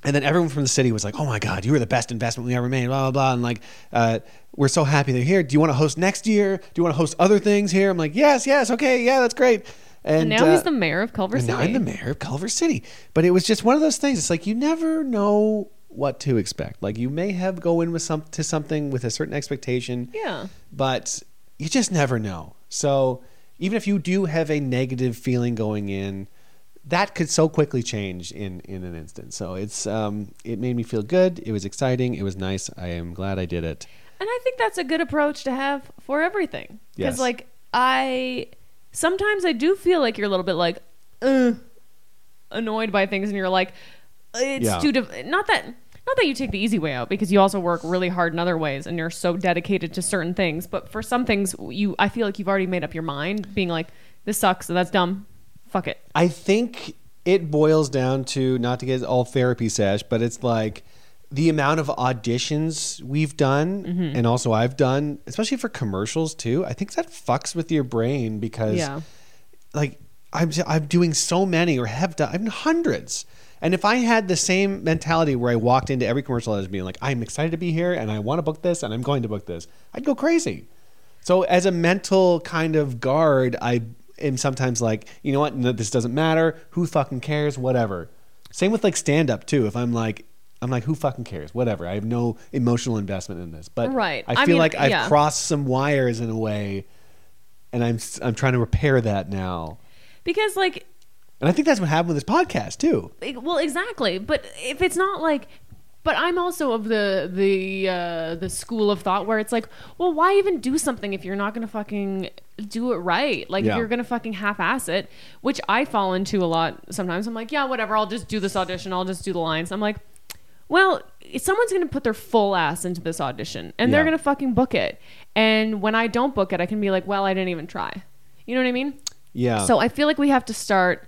and then everyone from the city was like, "Oh my God, you were the best investment we ever made." Blah blah blah, and like, uh, we're so happy they're here. Do you want to host next year? Do you want to host other things here? I'm like, yes, yes, okay, yeah, that's great. And,
And now he's
uh,
the mayor of Culver
and
City.
now I'm the mayor of Culver City. But it was just one of those things. It's like you never know what to expect. Like you may have go in with some to something with a certain expectation.
Yeah.
But you just never know. So even if you do have a negative feeling going in, that could so quickly change in in an instant. So it's um it made me feel good. It was exciting. It was nice. I am glad I did it.
And I think that's a good approach to have for everything. Because,
Yes.
like, I sometimes I do feel like you're a little bit like, uh, annoyed by things, and you're like, it's
Yeah.
too div- not that not that you take the easy way out because you also work really hard in other ways and you're so dedicated to certain things. But for some things, you I feel like you've already made up your mind, being like, this sucks, that's dumb, fuck it.
I think it boils down to not to get all therapy sash, but it's like the amount of auditions we've done and also I've done, especially for commercials too, I think that fucks with your brain because
Yeah.
like I'm I'm doing so many or have done I'm hundreds. And if I had the same mentality where I walked into every commercial as being like, I'm excited to be here and I want to book this and I'm going to book this, I'd go crazy. So as a mental kind of guard, I am sometimes like, you know what, no, this doesn't matter. Who fucking cares? Whatever. Same with like stand up too. If I'm like, I'm like, who fucking cares? Whatever. I have no emotional investment in this. But
Right.
I
I
feel
mean,
like I've
yeah.
crossed some wires in a way, and I'm s- I'm trying to repair that now.
Because like
And I think that's what happened with this podcast too.
Like, well exactly but if it's not like but i'm also of the the uh the school of thought where it's like well why even do something if you're not gonna fucking do it right like
Yeah.
if you're gonna fucking half-ass it which i fall into a lot sometimes i'm like yeah whatever i'll just do this audition i'll just do the lines i'm like well someone's gonna put their full ass into this audition and
Yeah.
they're gonna fucking book it and when i don't book it i can be like well i didn't even try you know what i mean
Yeah.
so I feel like we have to start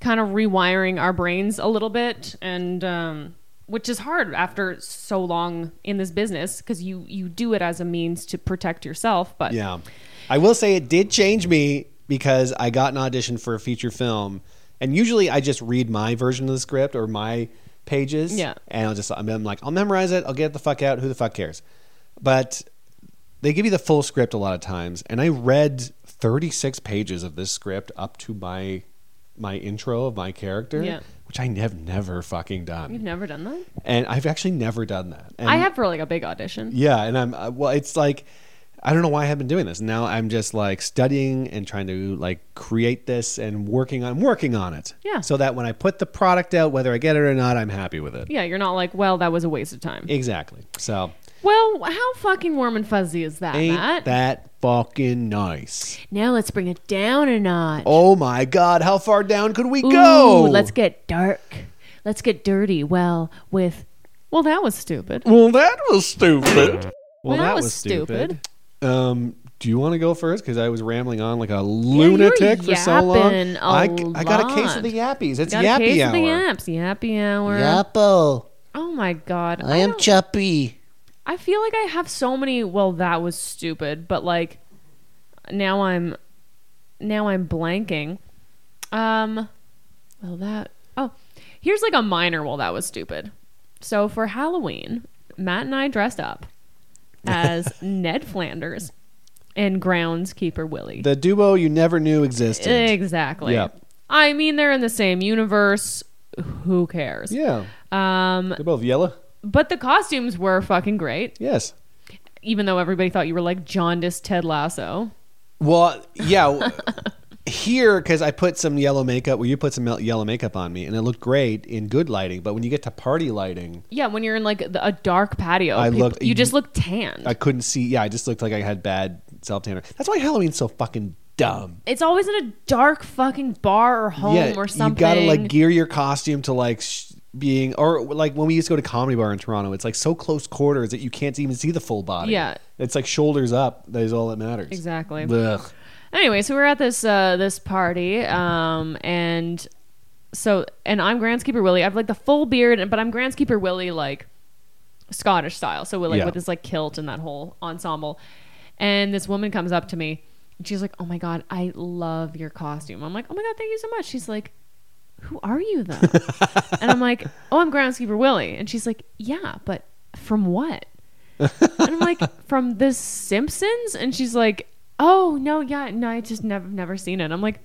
kind of rewiring our brains a little bit, and um, which is hard after so long in this business because you you do it as a means to protect yourself. But
yeah, I will say it did change me because I got an audition for a feature film, and usually I just read my version of the script or my pages.
Yeah.
and I'll just I'm like I'll memorize it. I'll get it the fuck out. Who the fuck cares? But they give you the full script a lot of times, and I read 36 pages of this script up to my my intro of my character,
Yeah.
which I have never fucking done,
you've never done that.
and I've actually never done that. And
I have for like a big audition.
Um, Yeah, and I'm uh, well. It's like I don't know why I haven't been doing this. Now I'm just like studying and trying to like create this and working on working on it.
Yeah.
So that when I put the product out, whether I get it or not, I'm happy with it.
Yeah, you're not like, well, that was a waste of time.
Exactly. So
well, how fucking warm and fuzzy is that,
ain't
Matt?
that fucking nice?
now let's bring it down a notch.
Oh my God! How far down could we
Ooh,
Oh, go?
Let's get dark. Let's get dirty. Well, with well, that was stupid.
Well, that was stupid.
Well,
Well,
that, was stupid. Um, do you want to go first? Because I was rambling on like
you
a
were
lunatic for so long.
yapping a
I, I got a case
lot.
of the yappies. It's
Got
yappy
a case
hour.
of the apps. Yappy hour.
Yappo.
Oh my god.
I am
don't-
Chuppy.
I feel like I have so many. Well, that was stupid, but like now I'm now I'm blanking. Um. Well, that. Oh, here's like a minor. Well, that was stupid. So for Halloween, Matt and I dressed up as Ned Flanders and groundskeeper Willie.
The duo you never knew existed.
exactly.
Yep.
I mean, they're in the same universe. Who cares?
Yeah.
Um,
They're both yellow.
But the costumes were fucking great,
Yes.
even though everybody thought you were like jaundiced Ted Lasso.
Well, yeah. w- Here, because I put some yellow makeup, well, you put some mel- yellow makeup on me, and it looked great in good lighting. But when you get to party lighting,
Yeah, when you're in like the, a dark patio,
I
people-
looked-
you just look tanned.
I couldn't see. Yeah, I just looked like I had bad self tanner. That's why Halloween's so fucking dumb.
it's always in a dark fucking bar or home
yeah,
or something.
you gotta like gear your costume to like sh- being, or like when we used to go to comedy bar in Toronto, it's like so close quarters that you can't even see the full body.
Yeah.
it's like shoulders up. That is all that matters.
Exactly.
Ugh.
Anyway, so we were at this uh, this party, um, and so and I'm Groundskeeper Willie. I have like the full beard, but I'm Groundskeeper Willie like Scottish style. So we're like
Yeah.
with this like kilt and that whole ensemble. And this woman comes up to me and she's like, "Oh my god, I love your costume." I'm like, "Oh my god, thank you so much." She's like, "Who are you though?" and I'm like, "Oh, I'm Groundskeeper Willie." And she's like, "Yeah, but from what?" and I'm like, from The Simpsons? And she's like, oh, no, yeah, no, I just never, never seen it. I'm like,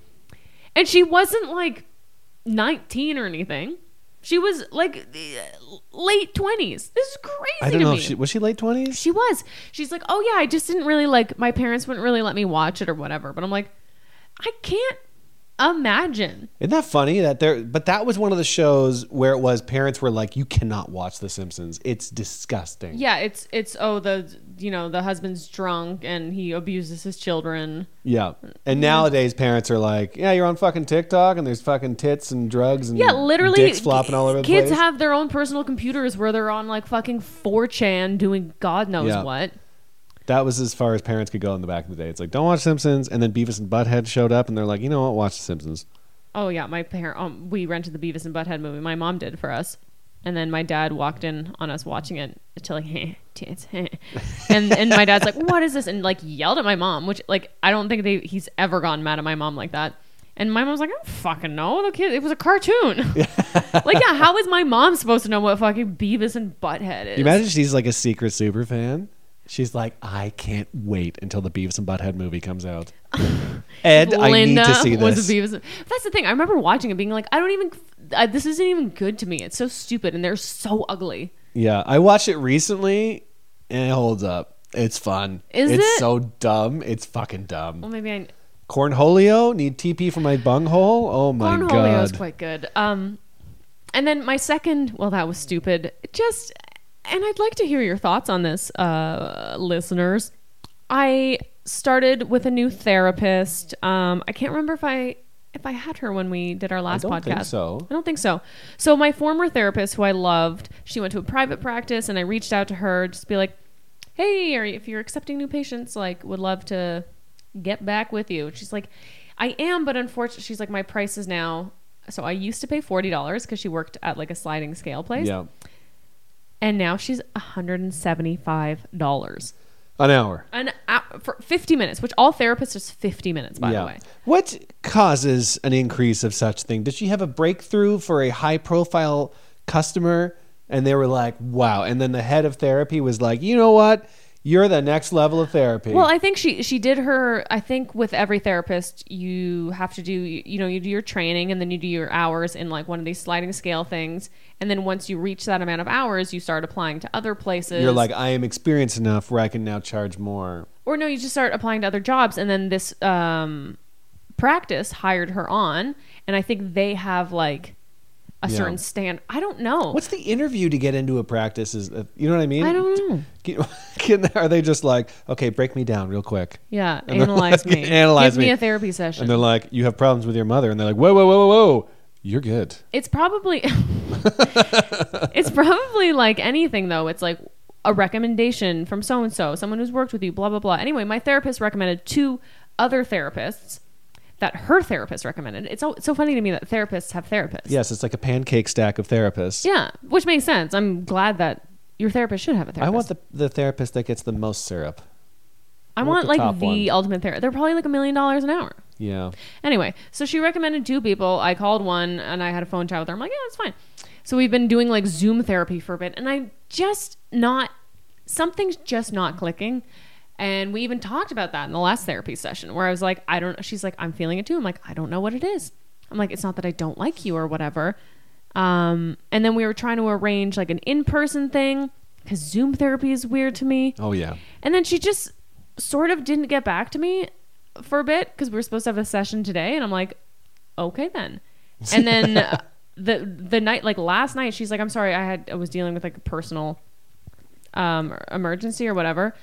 and she wasn't like 19 or anything. She was like eh, late 20s. This is crazy
I don't
to
know.
me.
If she, was she late twenties?
She was. She's like, oh yeah, I just didn't really like. My parents wouldn't really let me watch it or whatever. But I'm like, I can't imagine.
Isn't that funny that there? But that was one of the shows where it was parents were like, "You cannot watch The Simpsons. It's disgusting."
Yeah, it's it's oh the you know the husband's drunk and he abuses his children.
Yeah. And nowadays, parents are like, "Yeah, you're on fucking TikTok, and there's fucking tits and drugs and
Yeah, literally,
dicks flopping all over the
kids
place."
have their own personal computers where they're on like fucking 4chan doing God knows
Yeah.
what.
that was as far as parents could go in the back of the day. It's like, "Don't watch Simpsons," and then Beavis and Butthead showed up, and they're like, "You know what? Watch The Simpsons."
Oh yeah, my parent. Um, we rented the Beavis and Butthead movie. My mom did for us, And then my dad walked in on us watching it to like "Heh, tits, heh." and and my dad's like, "What is this?" and like yelled at my mom, which like I don't think they he's ever gone mad at my mom like that. And my mom's like, "I don't fucking know. The kid, it was a cartoon. like, yeah, how is my mom supposed to know what fucking Beavis and Butthead is?
You imagine she's like a secret super fan. She's like, I can't wait until the Beavis and Butthead movie comes out. Ed, I need
Linda
to see
was
this.
a Beavis. and- That's the thing. I remember watching it, being like, I don't even. I, this isn't even good to me. It's so stupid, and they're so ugly.
yeah, I watched it recently, and it holds up. It's fun.
Is
it's
it?
so dumb. It's fucking dumb.
Well, maybe I.
Cornholio, need TP for my bunghole? Oh my
Cornholio
god.
is quite good. Um, and then my second. Well, that was stupid. Just, and I'd like to hear your thoughts on this, uh, listeners. I started with a new therapist. Um, I can't remember if I if I had her when we did our last
don't
podcast.
think so.
I don't think so. So my former therapist, who I loved, she went to a private practice, and I reached out to her just to be like, "Hey, are you, if you're accepting new patients, like, would love to get back with you." And she's like, "I am, but unfortunately, she's like, my price is now." So I used to pay forty dollars because she worked at like a sliding scale place,
yeah.
and now she's one hundred and seventy five dollars
An hour.
an hour for fifty minutes, which all therapists is fifty minutes, by the way.
What causes an increase of such thing? Did she have a breakthrough for a high profile customer and they were like, wow. And then the head of therapy was like, you know what? You're the next level of therapy.
Well, I think she she did her. I think with every therapist, you have to do you know you do your training and then you do your hours in like one of these sliding scale things, and then once you reach that amount of hours, you start applying to other places.
You're like, I am experienced enough where I can now charge more.
or no, you just start applying to other jobs, and then this um, practice hired her on, and I think they have like a
Yeah.
certain stand. I don't know.
What's the interview to get into a practice? Is uh, you know what I mean?
I don't know.
Can, can- are they just like, okay, break me down real quick?
Yeah, analyze me.
analyze
Give me.
me.
a therapy session.
And they're like, you have problems with your mother, and they're like, whoa, whoa, whoa, whoa, whoa, you're good.
It's probably it's probably like anything though. It's like a recommendation from so and so, someone who's worked with you, blah blah blah. Anyway, my therapist recommended two other therapists that her therapist recommended. It's so, it's so funny to me that therapists have therapists.
Yes, it's like a pancake stack of therapists.
Yeah, which makes sense. I'm glad that your therapist should have a therapist.
I want the, the therapist that gets the most syrup.
I
want
want
the
like
top
the
one.
ultimate therapist. They're probably like a million dollars an hour.
Yeah.
Anyway, so she recommended two people. I called one and I had a phone chat with her. I'm like, yeah, that's fine. So we've been doing like Zoom therapy for a bit, and I just not something's just not clicking. And we even talked about that in the last therapy session where I was like, I don't she's like, I'm feeling it too. I'm like, I don't know what it is. I'm like, it's not that I don't like you or whatever. Um, and then we were trying to arrange like an in-person thing because Zoom therapy is weird to me.
Oh yeah.
And then she just sort of didn't get back to me for a bit because we were supposed to have a session today, and I'm like, okay then. And then uh, the the night, like last night, she's like, I'm sorry, I had I was dealing with like a personal um, emergency or whatever.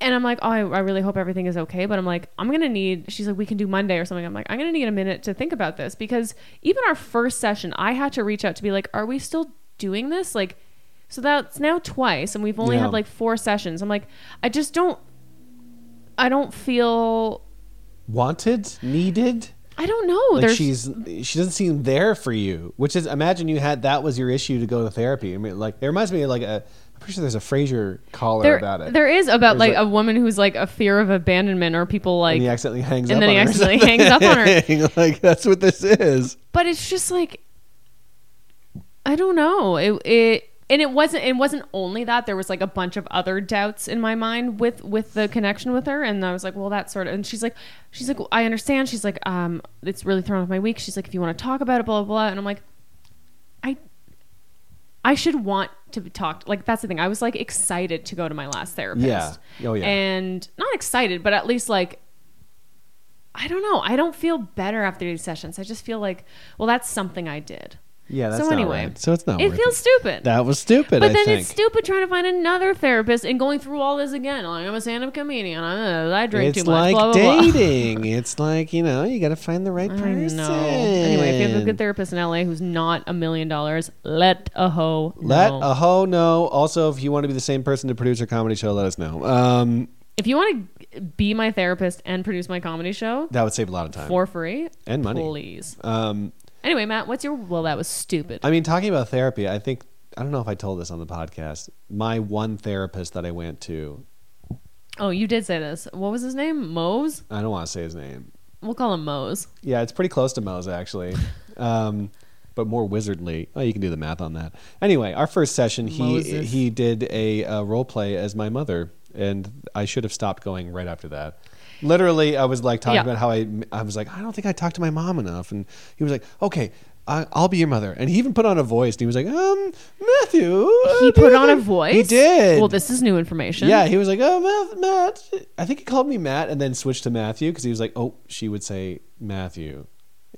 And I'm like, oh, I, I really hope everything is okay. But I'm like, I'm gonna need. She's like, we can do Monday or something. I'm like, I'm gonna need a minute to think about this because even our first session, I had to reach out to be like, are we still doing this? Like, so that's now twice, and we've only
Yeah.
had like four sessions. I'm like, I just don't, I don't feel,
Wanted, needed.
I don't know.
Like
There's
she's she doesn't seem there for you. Which is imagine you had that was your issue to go to therapy. I mean, like it reminds me of like a I'm pretty sure there's a Frasier collar
there,
about it.
there is about
There's
like
a-
a woman who's like a fear of abandonment or people like
and he accidentally hangs
and
up
then
on
he
her or
accidentally hangs up on her.
something. like that's what this is.
but it's just like I don't know. It it and it wasn't it wasn't only that there was like a bunch of other doubts in my mind with with the connection with her and I was like, "Well, that sort of." And she's like she's like, "I understand." She's like, "Um, it's really thrown off my week." She's like, "If you want to talk about it, blah blah." blah. And I'm like, "I I should want to be talked. Like that's the thing. I was like excited to go to my last therapist.
Yeah. Oh, yeah.
And not excited, but at least like I don't know. I don't feel better after these sessions. I just feel like, well, that's something I did.
Yeah, that's
so
not
anyway,
right. So it's not
It
worth
feels
it.
stupid.
That was stupid.
but
I
then
think.
it's stupid trying to find another therapist and going through all this again. Like I'm a stand-up comedian. I'm a, I drink
It's
too much.
like
blah, blah, blah.
dating. it's like you know you got to find the right
I
person.
know. Anyway, if you have a good therapist in LA who's not a million dollars, let a hoe
Let
know.
a ho know. Also, if you want to be the same person to produce a comedy show, let us know. Um,
if you want to be my therapist and produce my comedy show
that would save a lot of time
for free
and money.
please.
Um,
Anyway, Matt, what's your well? That was stupid.
I mean, talking about therapy, I think I don't know if I told this on the podcast. My one therapist that I went to,
oh, you did say this. What was his name? Mose.
I don't want to say his name.
We'll call him Mose.
Yeah, it's pretty close to Moe's actually, um, but more wizardly. Oh, you can do the math on that. Anyway, our first session, he
Moses.
he did a uh, role play as my mother, and I should have stopped going right after that. Literally, I was like talking
Yeah.
about how I I was like I don't think I talked to my mom enough, and he was like, okay. I- I'll be your mother, and he even put on a voice. And he was like, "Um, Matthew." uh,
He put on a
he
voice.
did.
Well, this is new information.
Yeah, he was like, "Oh, Matt, Matt." I think he called me Matt, and then switched to Matthew because he was like, "Oh, she would say Matthew."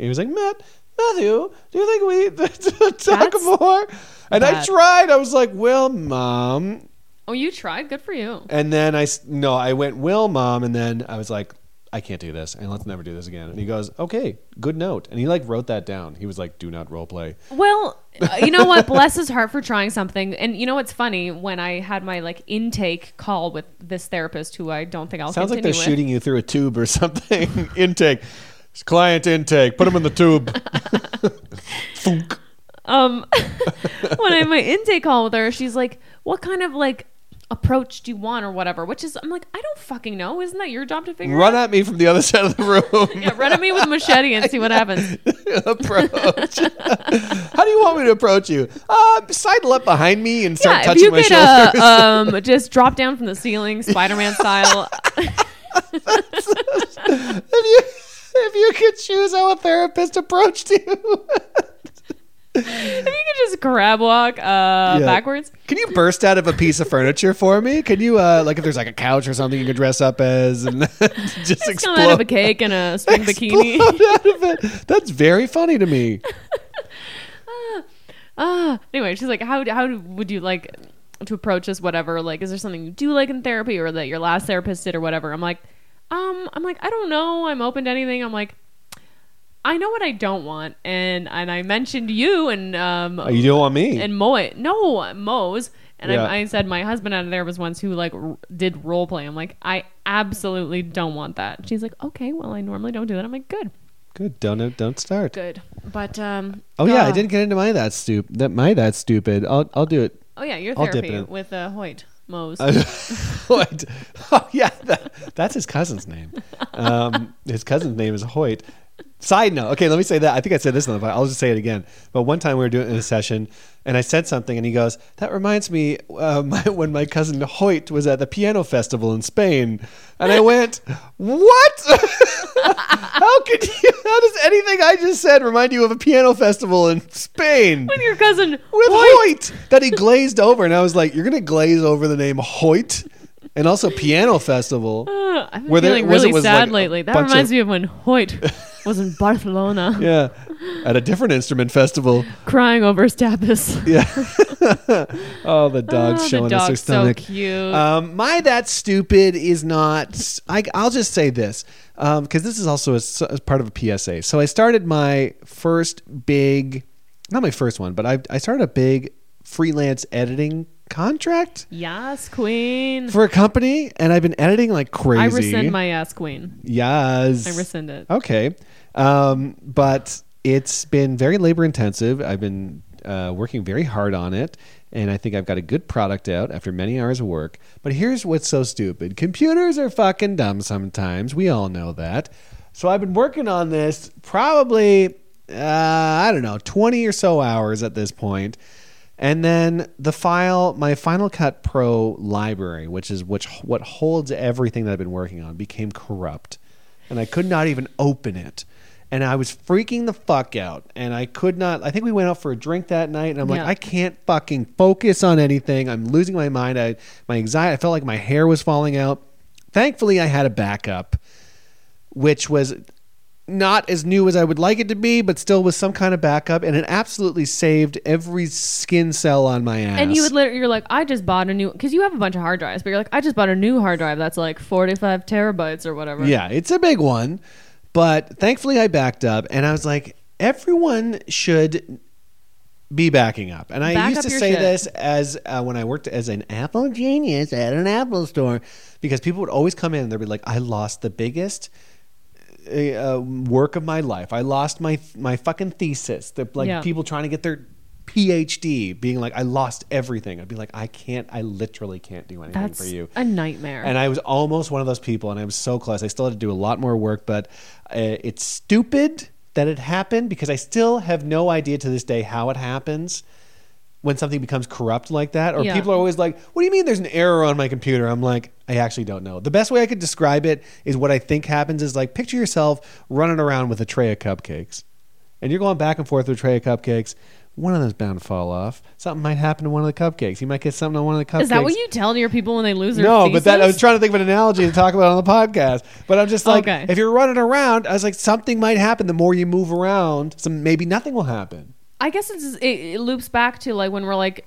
He was like, "Matt, Matthew, do you think we talk
That's
more?" And I
bad.
tried. I was like, "Well, mom,"
Oh, you tried. Good for you.
and then I s- no, I went, "Well, mom," and then I was like, "I can't do this, and let's never do this again." And he goes, "Okay, good note," and he like wrote that down. He was like, "Do not role play."
Well, uh, you know what? Bless his heart for trying something. And you know what's funny? When I had my like intake call with this therapist, who I don't think I'll
Sounds like
continue
they're
with.
shooting you through a tube or something. intake, client intake. Put him in the tube. Thunk.
um, when I had my intake call with her, she's like, "What kind of like approach do you want, or whatever?" Which is, I'm like, I don't fucking know. Isn't that your job to figure
Run
out?
at me from the other side of the room.
Yeah, run at me with a machete and see what happens.
approach. How do you want me to approach you? Uh, sidle up behind me and start
Yeah, if
touching
you
my
could
shoulders.
uh, um, just drop down from the ceiling, Spider-Man style. uh,
if you if you could choose how a therapist approached you,
if you could just grab walk uh, backwards.
Can you burst out of a piece of furniture for me? Can you uh, like if there's like a couch or something you could dress up as and just,
Just come out of
explode?
a cake and a spring bikini.
explode out of it. That's very funny to me.
Ah, anyway, she's like, how how do- would you like to approach this? Whatever, like, is there something you do like in therapy, or that your last therapist did, or whatever? I'm like, um, I'm like, I don't know. I'm open to anything. I'm like, I know what I don't want, and and I mentioned you and um
Oh, you don't want me.
and Moe, no Moe's, and
Yeah.
I, I said my husband out of there was once who like r- did role play. I'm like, I absolutely don't want that. She's like, okay, well, I normally don't do that. I'm like, good,
Good. Don't don't start.
good, but um,
Oh yeah, I
ah.
didn't get into my that stupid. That my that stupid. I'll I'll do it.
Oh yeah, your
I'll dip
therapy
in.
with uh, Hoyt Moe's.
Hoyt. Oh yeah, that, that's his cousin's name. Um, his cousin's name is Hoyt. Side note. Okay, let me say that. I think I said this on the. I'll just say it again. But one time we were doing a session, and I said something, and he goes, "That reminds me uh, my, when my cousin Hoyt was at the piano festival in Spain," and I went, "What? how could you? How does anything I just said remind you of a piano festival in Spain?"
with your cousin
with
Hoyt.
Hoyt. that he glazed over, and I was like, "You're gonna glaze over the name Hoyt, and also Piano Festival."
Uh, I've been
Where there-
feeling
was it-
really
was
sad
like a
lately. That
bunch
reminds
of-
me of when Hoyt was in Barcelona
Yeah, at a different instrument festival.
crying over Stabis.
Yeah. oh, the dog's
Oh, the
showing us her
dog's so
stomach.
cute.
Um, my that stupid is not. I, I'll just say this because this is also a s a part of a PSA. So I started my first big, not my first one, but I, I started a big freelance editing contract.
Yes, Queen.
for a company, and I've been editing like crazy.
I rescind my ass, Queen.
yes.
I rescind it.
Okay, um, but it's been very labor intensive. I've been uh, working very hard on it, and I think I've got a good product out after many hours of work. But here's what's so stupid: computers are fucking dumb sometimes. We all know that. So I've been working on this probably uh, I don't know twenty or so hours at this point. And then the file, my Final Cut Pro library, which is which what holds everything that I've been working on, became corrupt, and I could not even open it. And I was freaking the fuck out, and I could not. I think we went out for a drink that night, and I'm like,
Yeah.
I can't fucking focus on anything. I'm losing my mind. I my anxiety. I felt like my hair was falling out. Thankfully, I had a backup which was not as new as I would like it to be, but still was some kind of backup, and it absolutely saved every skin cell on my ass.
And you would literally, you're like, I just bought a new, because you have a bunch of hard drives, but you're like, I just bought a new hard drive that's like 45 terabytes or whatever.
Yeah, it's a big one, but thankfully I backed up, and I was like, everyone should be backing up. And I
Back
used
up
to
your
say
shit.
this as uh, when I worked as an Apple genius at an Apple store, because people would always come in and they'd be like, I lost the biggest uh, uh, work of my life. I lost my my fucking thesis. The like
Yeah.
people trying to get their PhD, being like, I lost everything. I'd be like, I can't. I literally can't do anything
That's
for you.
a nightmare.
And I was almost one of those people, and I was so close. I still had to do a lot more work, but uh, it's stupid that it happened because I still have no idea to this day how it happens when something becomes corrupt like that. Or
Yeah.
people are always like, What do you mean there's an error on my computer? I'm like, I actually don't know. The best way I could describe it is what I think happens is like, picture yourself running around with a tray of cupcakes, and you're going back and forth with a tray of cupcakes. One of them's bound to fall off. Something might happen to one of the cupcakes. You might get something on one of the cupcakes
Is that what you tell your people when they lose their
no, but that I was
thesis?
trying to think of an analogy to talk about on the podcast. But I'm just like,
Okay.
if you're running around, I was like, something might happen. The more you move around, some maybe nothing will happen.
I guess it's, it, it loops back to like when we're like,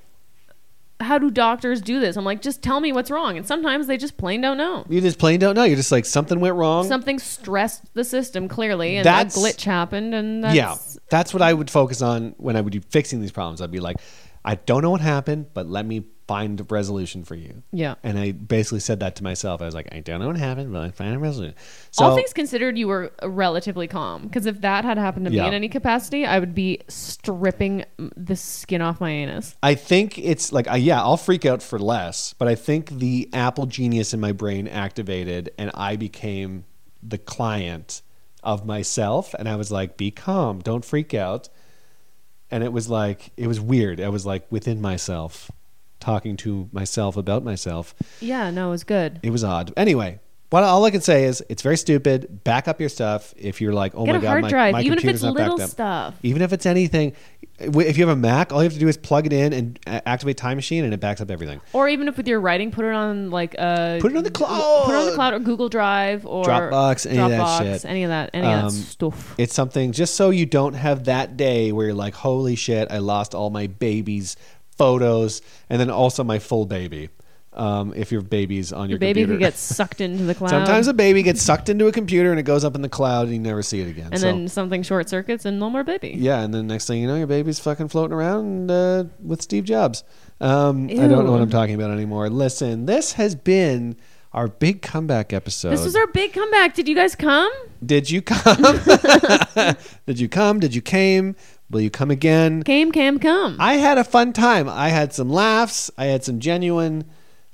how do doctors do this? I'm like, just tell me what's wrong. And sometimes they just plain don't know.
You just plain don't know. You're just like something went wrong.
Something stressed the system clearly, and
That's-
a glitch happened, and that's,
yeah, that's what I would focus on when I would be fixing these problems. I'd be like, I don't know what happened, but let me find a resolution for you.
Yeah.
and I basically said that to myself. I was like, I don't know what happened, but I find a resolution. So
All things considered, you were relatively calm because if that had happened to
Yeah.
me in any capacity, I would be stripping the skin off my anus.
I think it's like, I, yeah, I'll freak out for less, but I think the Apple genius in my brain activated and I became the client of myself. And I was like, be calm, don't freak out. And it was like, it was weird. I was like within myself, talking to myself about myself.
Yeah, no, it was good.
It was odd. Anyway. What all I can say is it's very stupid. Back up your stuff if you're like, oh
Get
my
a
god,
hard
my,
drive,
my
even if
computer's
it's
not backed
little
up."
stuff.
Even if it's anything, if you have a Mac, all you have to do is plug it in and uh, activate Time Machine, and it backs up everything.
Or even if with your writing, put it on like a
Put it on the
put it on the
cloud.
cloud or Google Drive or
Dropbox, any of that shit.
any of that, any
Um,
of that stuff.
It's something just so you don't have that day where you're like, holy shit, I lost all my baby's photos, and then also my full baby. Um, if your baby's on your,
Your baby
computer.
could get sucked into the cloud.
Sometimes a baby gets sucked into a computer and it goes up in the cloud and you never see it again.
and
so,
then something short circuits and no more baby.
yeah, and then next thing you know, your baby's fucking floating around uh, with Steve Jobs. Um, I don't know
Ew.
what I'm talking about anymore. Listen, this has been our big comeback episode.
This was our big comeback. Did you guys come?
Did you come? Did you come? Did you came? Will you come again?
Came, cam, come. I,
I had a fun time. I had some laughs. I had some genuine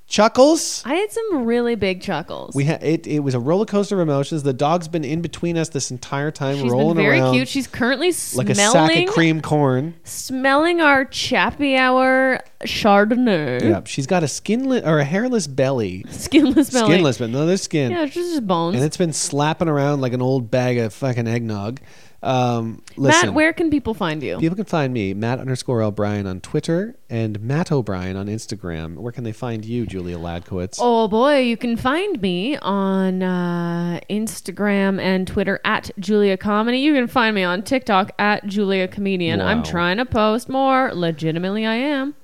chuckles.
had some really big chuckles.
We had it. It was a roller coaster of emotions. The dog's been in between us this entire time,
She's
rolling
been very
around
cute. She's currently
like
smelling
a sack of cream corn.
smelling our Chappy Hour Chardonnay.
Yep. She's got a skinless or a hairless belly.
Skinless smelling.
Skinless, but no, there's skin.
Yeah, it's just bones.
And it's been slapping around like an old bag of fucking eggnog. Um, listen,
Matt, where can people find you?
People can find me, Matt underscore O'Brien on Twitter and Matt O'Brien on Instagram. Where can they find you, Julia Ladkowitz?
Oh boy, you can find me on uh, Instagram and Twitter at Julia Comedy. You can find me on TikTok at Julia Comedian. I'm
Wow.
trying to post more. Legitimately, I am.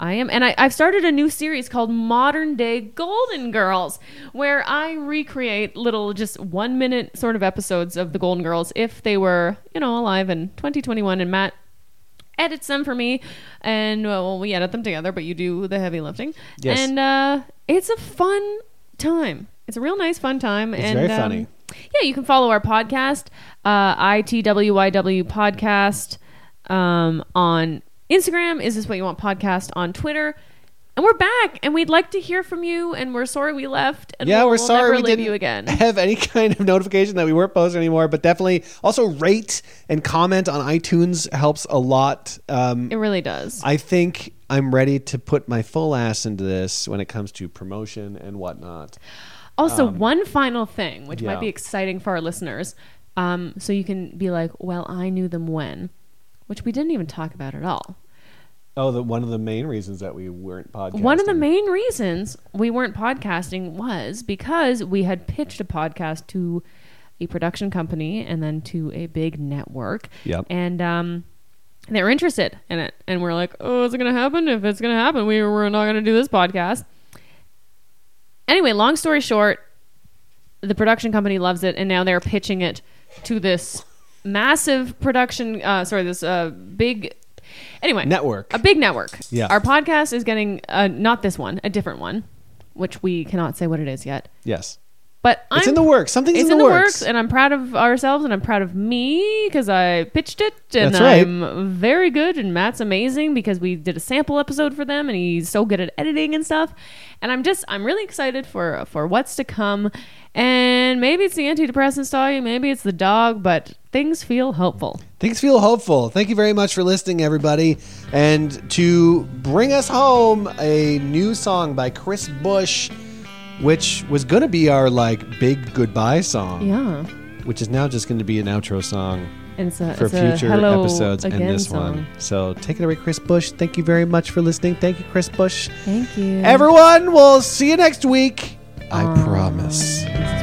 I am. And I, I've started a new series called Modern Day Golden Girls, where I recreate little, just one minute sort of episodes of the Golden Girls if they were, you know, alive in 2021. And Matt edits them for me and uh, well we edit them together but you do the heavy lifting
Yes.
and uh it's a fun time it's a real nice fun time it's and
very
um,
funny.
yeah you can follow our podcast uh itwyw podcast um on instagram is this what you want podcast on twitter and we're back and we'd like to hear from you and we're sorry we left and
yeah,
we'll,
we're
we'll
sorry
never
we
leave
didn't
you again
have any kind of notification that we weren't posting anymore, but definitely also rate and comment on iTunes helps a lot. Um,
it really does
I think I'm ready to put my full ass into this when it comes to promotion and whatnot.
Also, one final thing, which
yeah.
might be exciting for our listeners, um, so you can be like, "Well, I knew them when," which we didn't even talk about at all.
Oh, the, one of the main reasons that we weren't podcasting.
One of the main reasons we weren't podcasting was because we had pitched a podcast to a production company and then to a big network.
Yep.
And um, they were interested in it, and we're like, "Oh, is it going to happen? If it's going to happen, we we're not going to do this podcast." Anyway, long story short, the production company loves it, and now they're pitching it to this massive production. Uh, sorry, this uh, big. Anyway,
Network.
a big network.
Yeah.
our podcast is getting uh, not this one, a different one, which we cannot say what it is yet.
Yes.
But I'm,
It's in the works. Something's
It's
in, the, works.
and I'm proud of ourselves, and I'm proud of me because I pitched it, and
That's right.
I'm very good, and Matt's amazing because we did a sample episode for them, and he's so good at editing and stuff. And I'm just, I'm really excited for for what's to come, and maybe it's the antidepressant story, maybe it's the dog, but things feel hopeful.
Things feel hopeful. Thank you very much for listening, everybody. And to bring us home, a new song by Chris Bush, which was going to be our like big goodbye song,
Yeah,
which is now just going to be an outro song
and it's a,
for
it's a
future
hello
episodes and
again
this
song.
one. So take it away, Chris Bush. Thank you very much for listening. Thank you, Chris Bush.
Thank you,
Everyone, we'll see you next week. I promise.
It's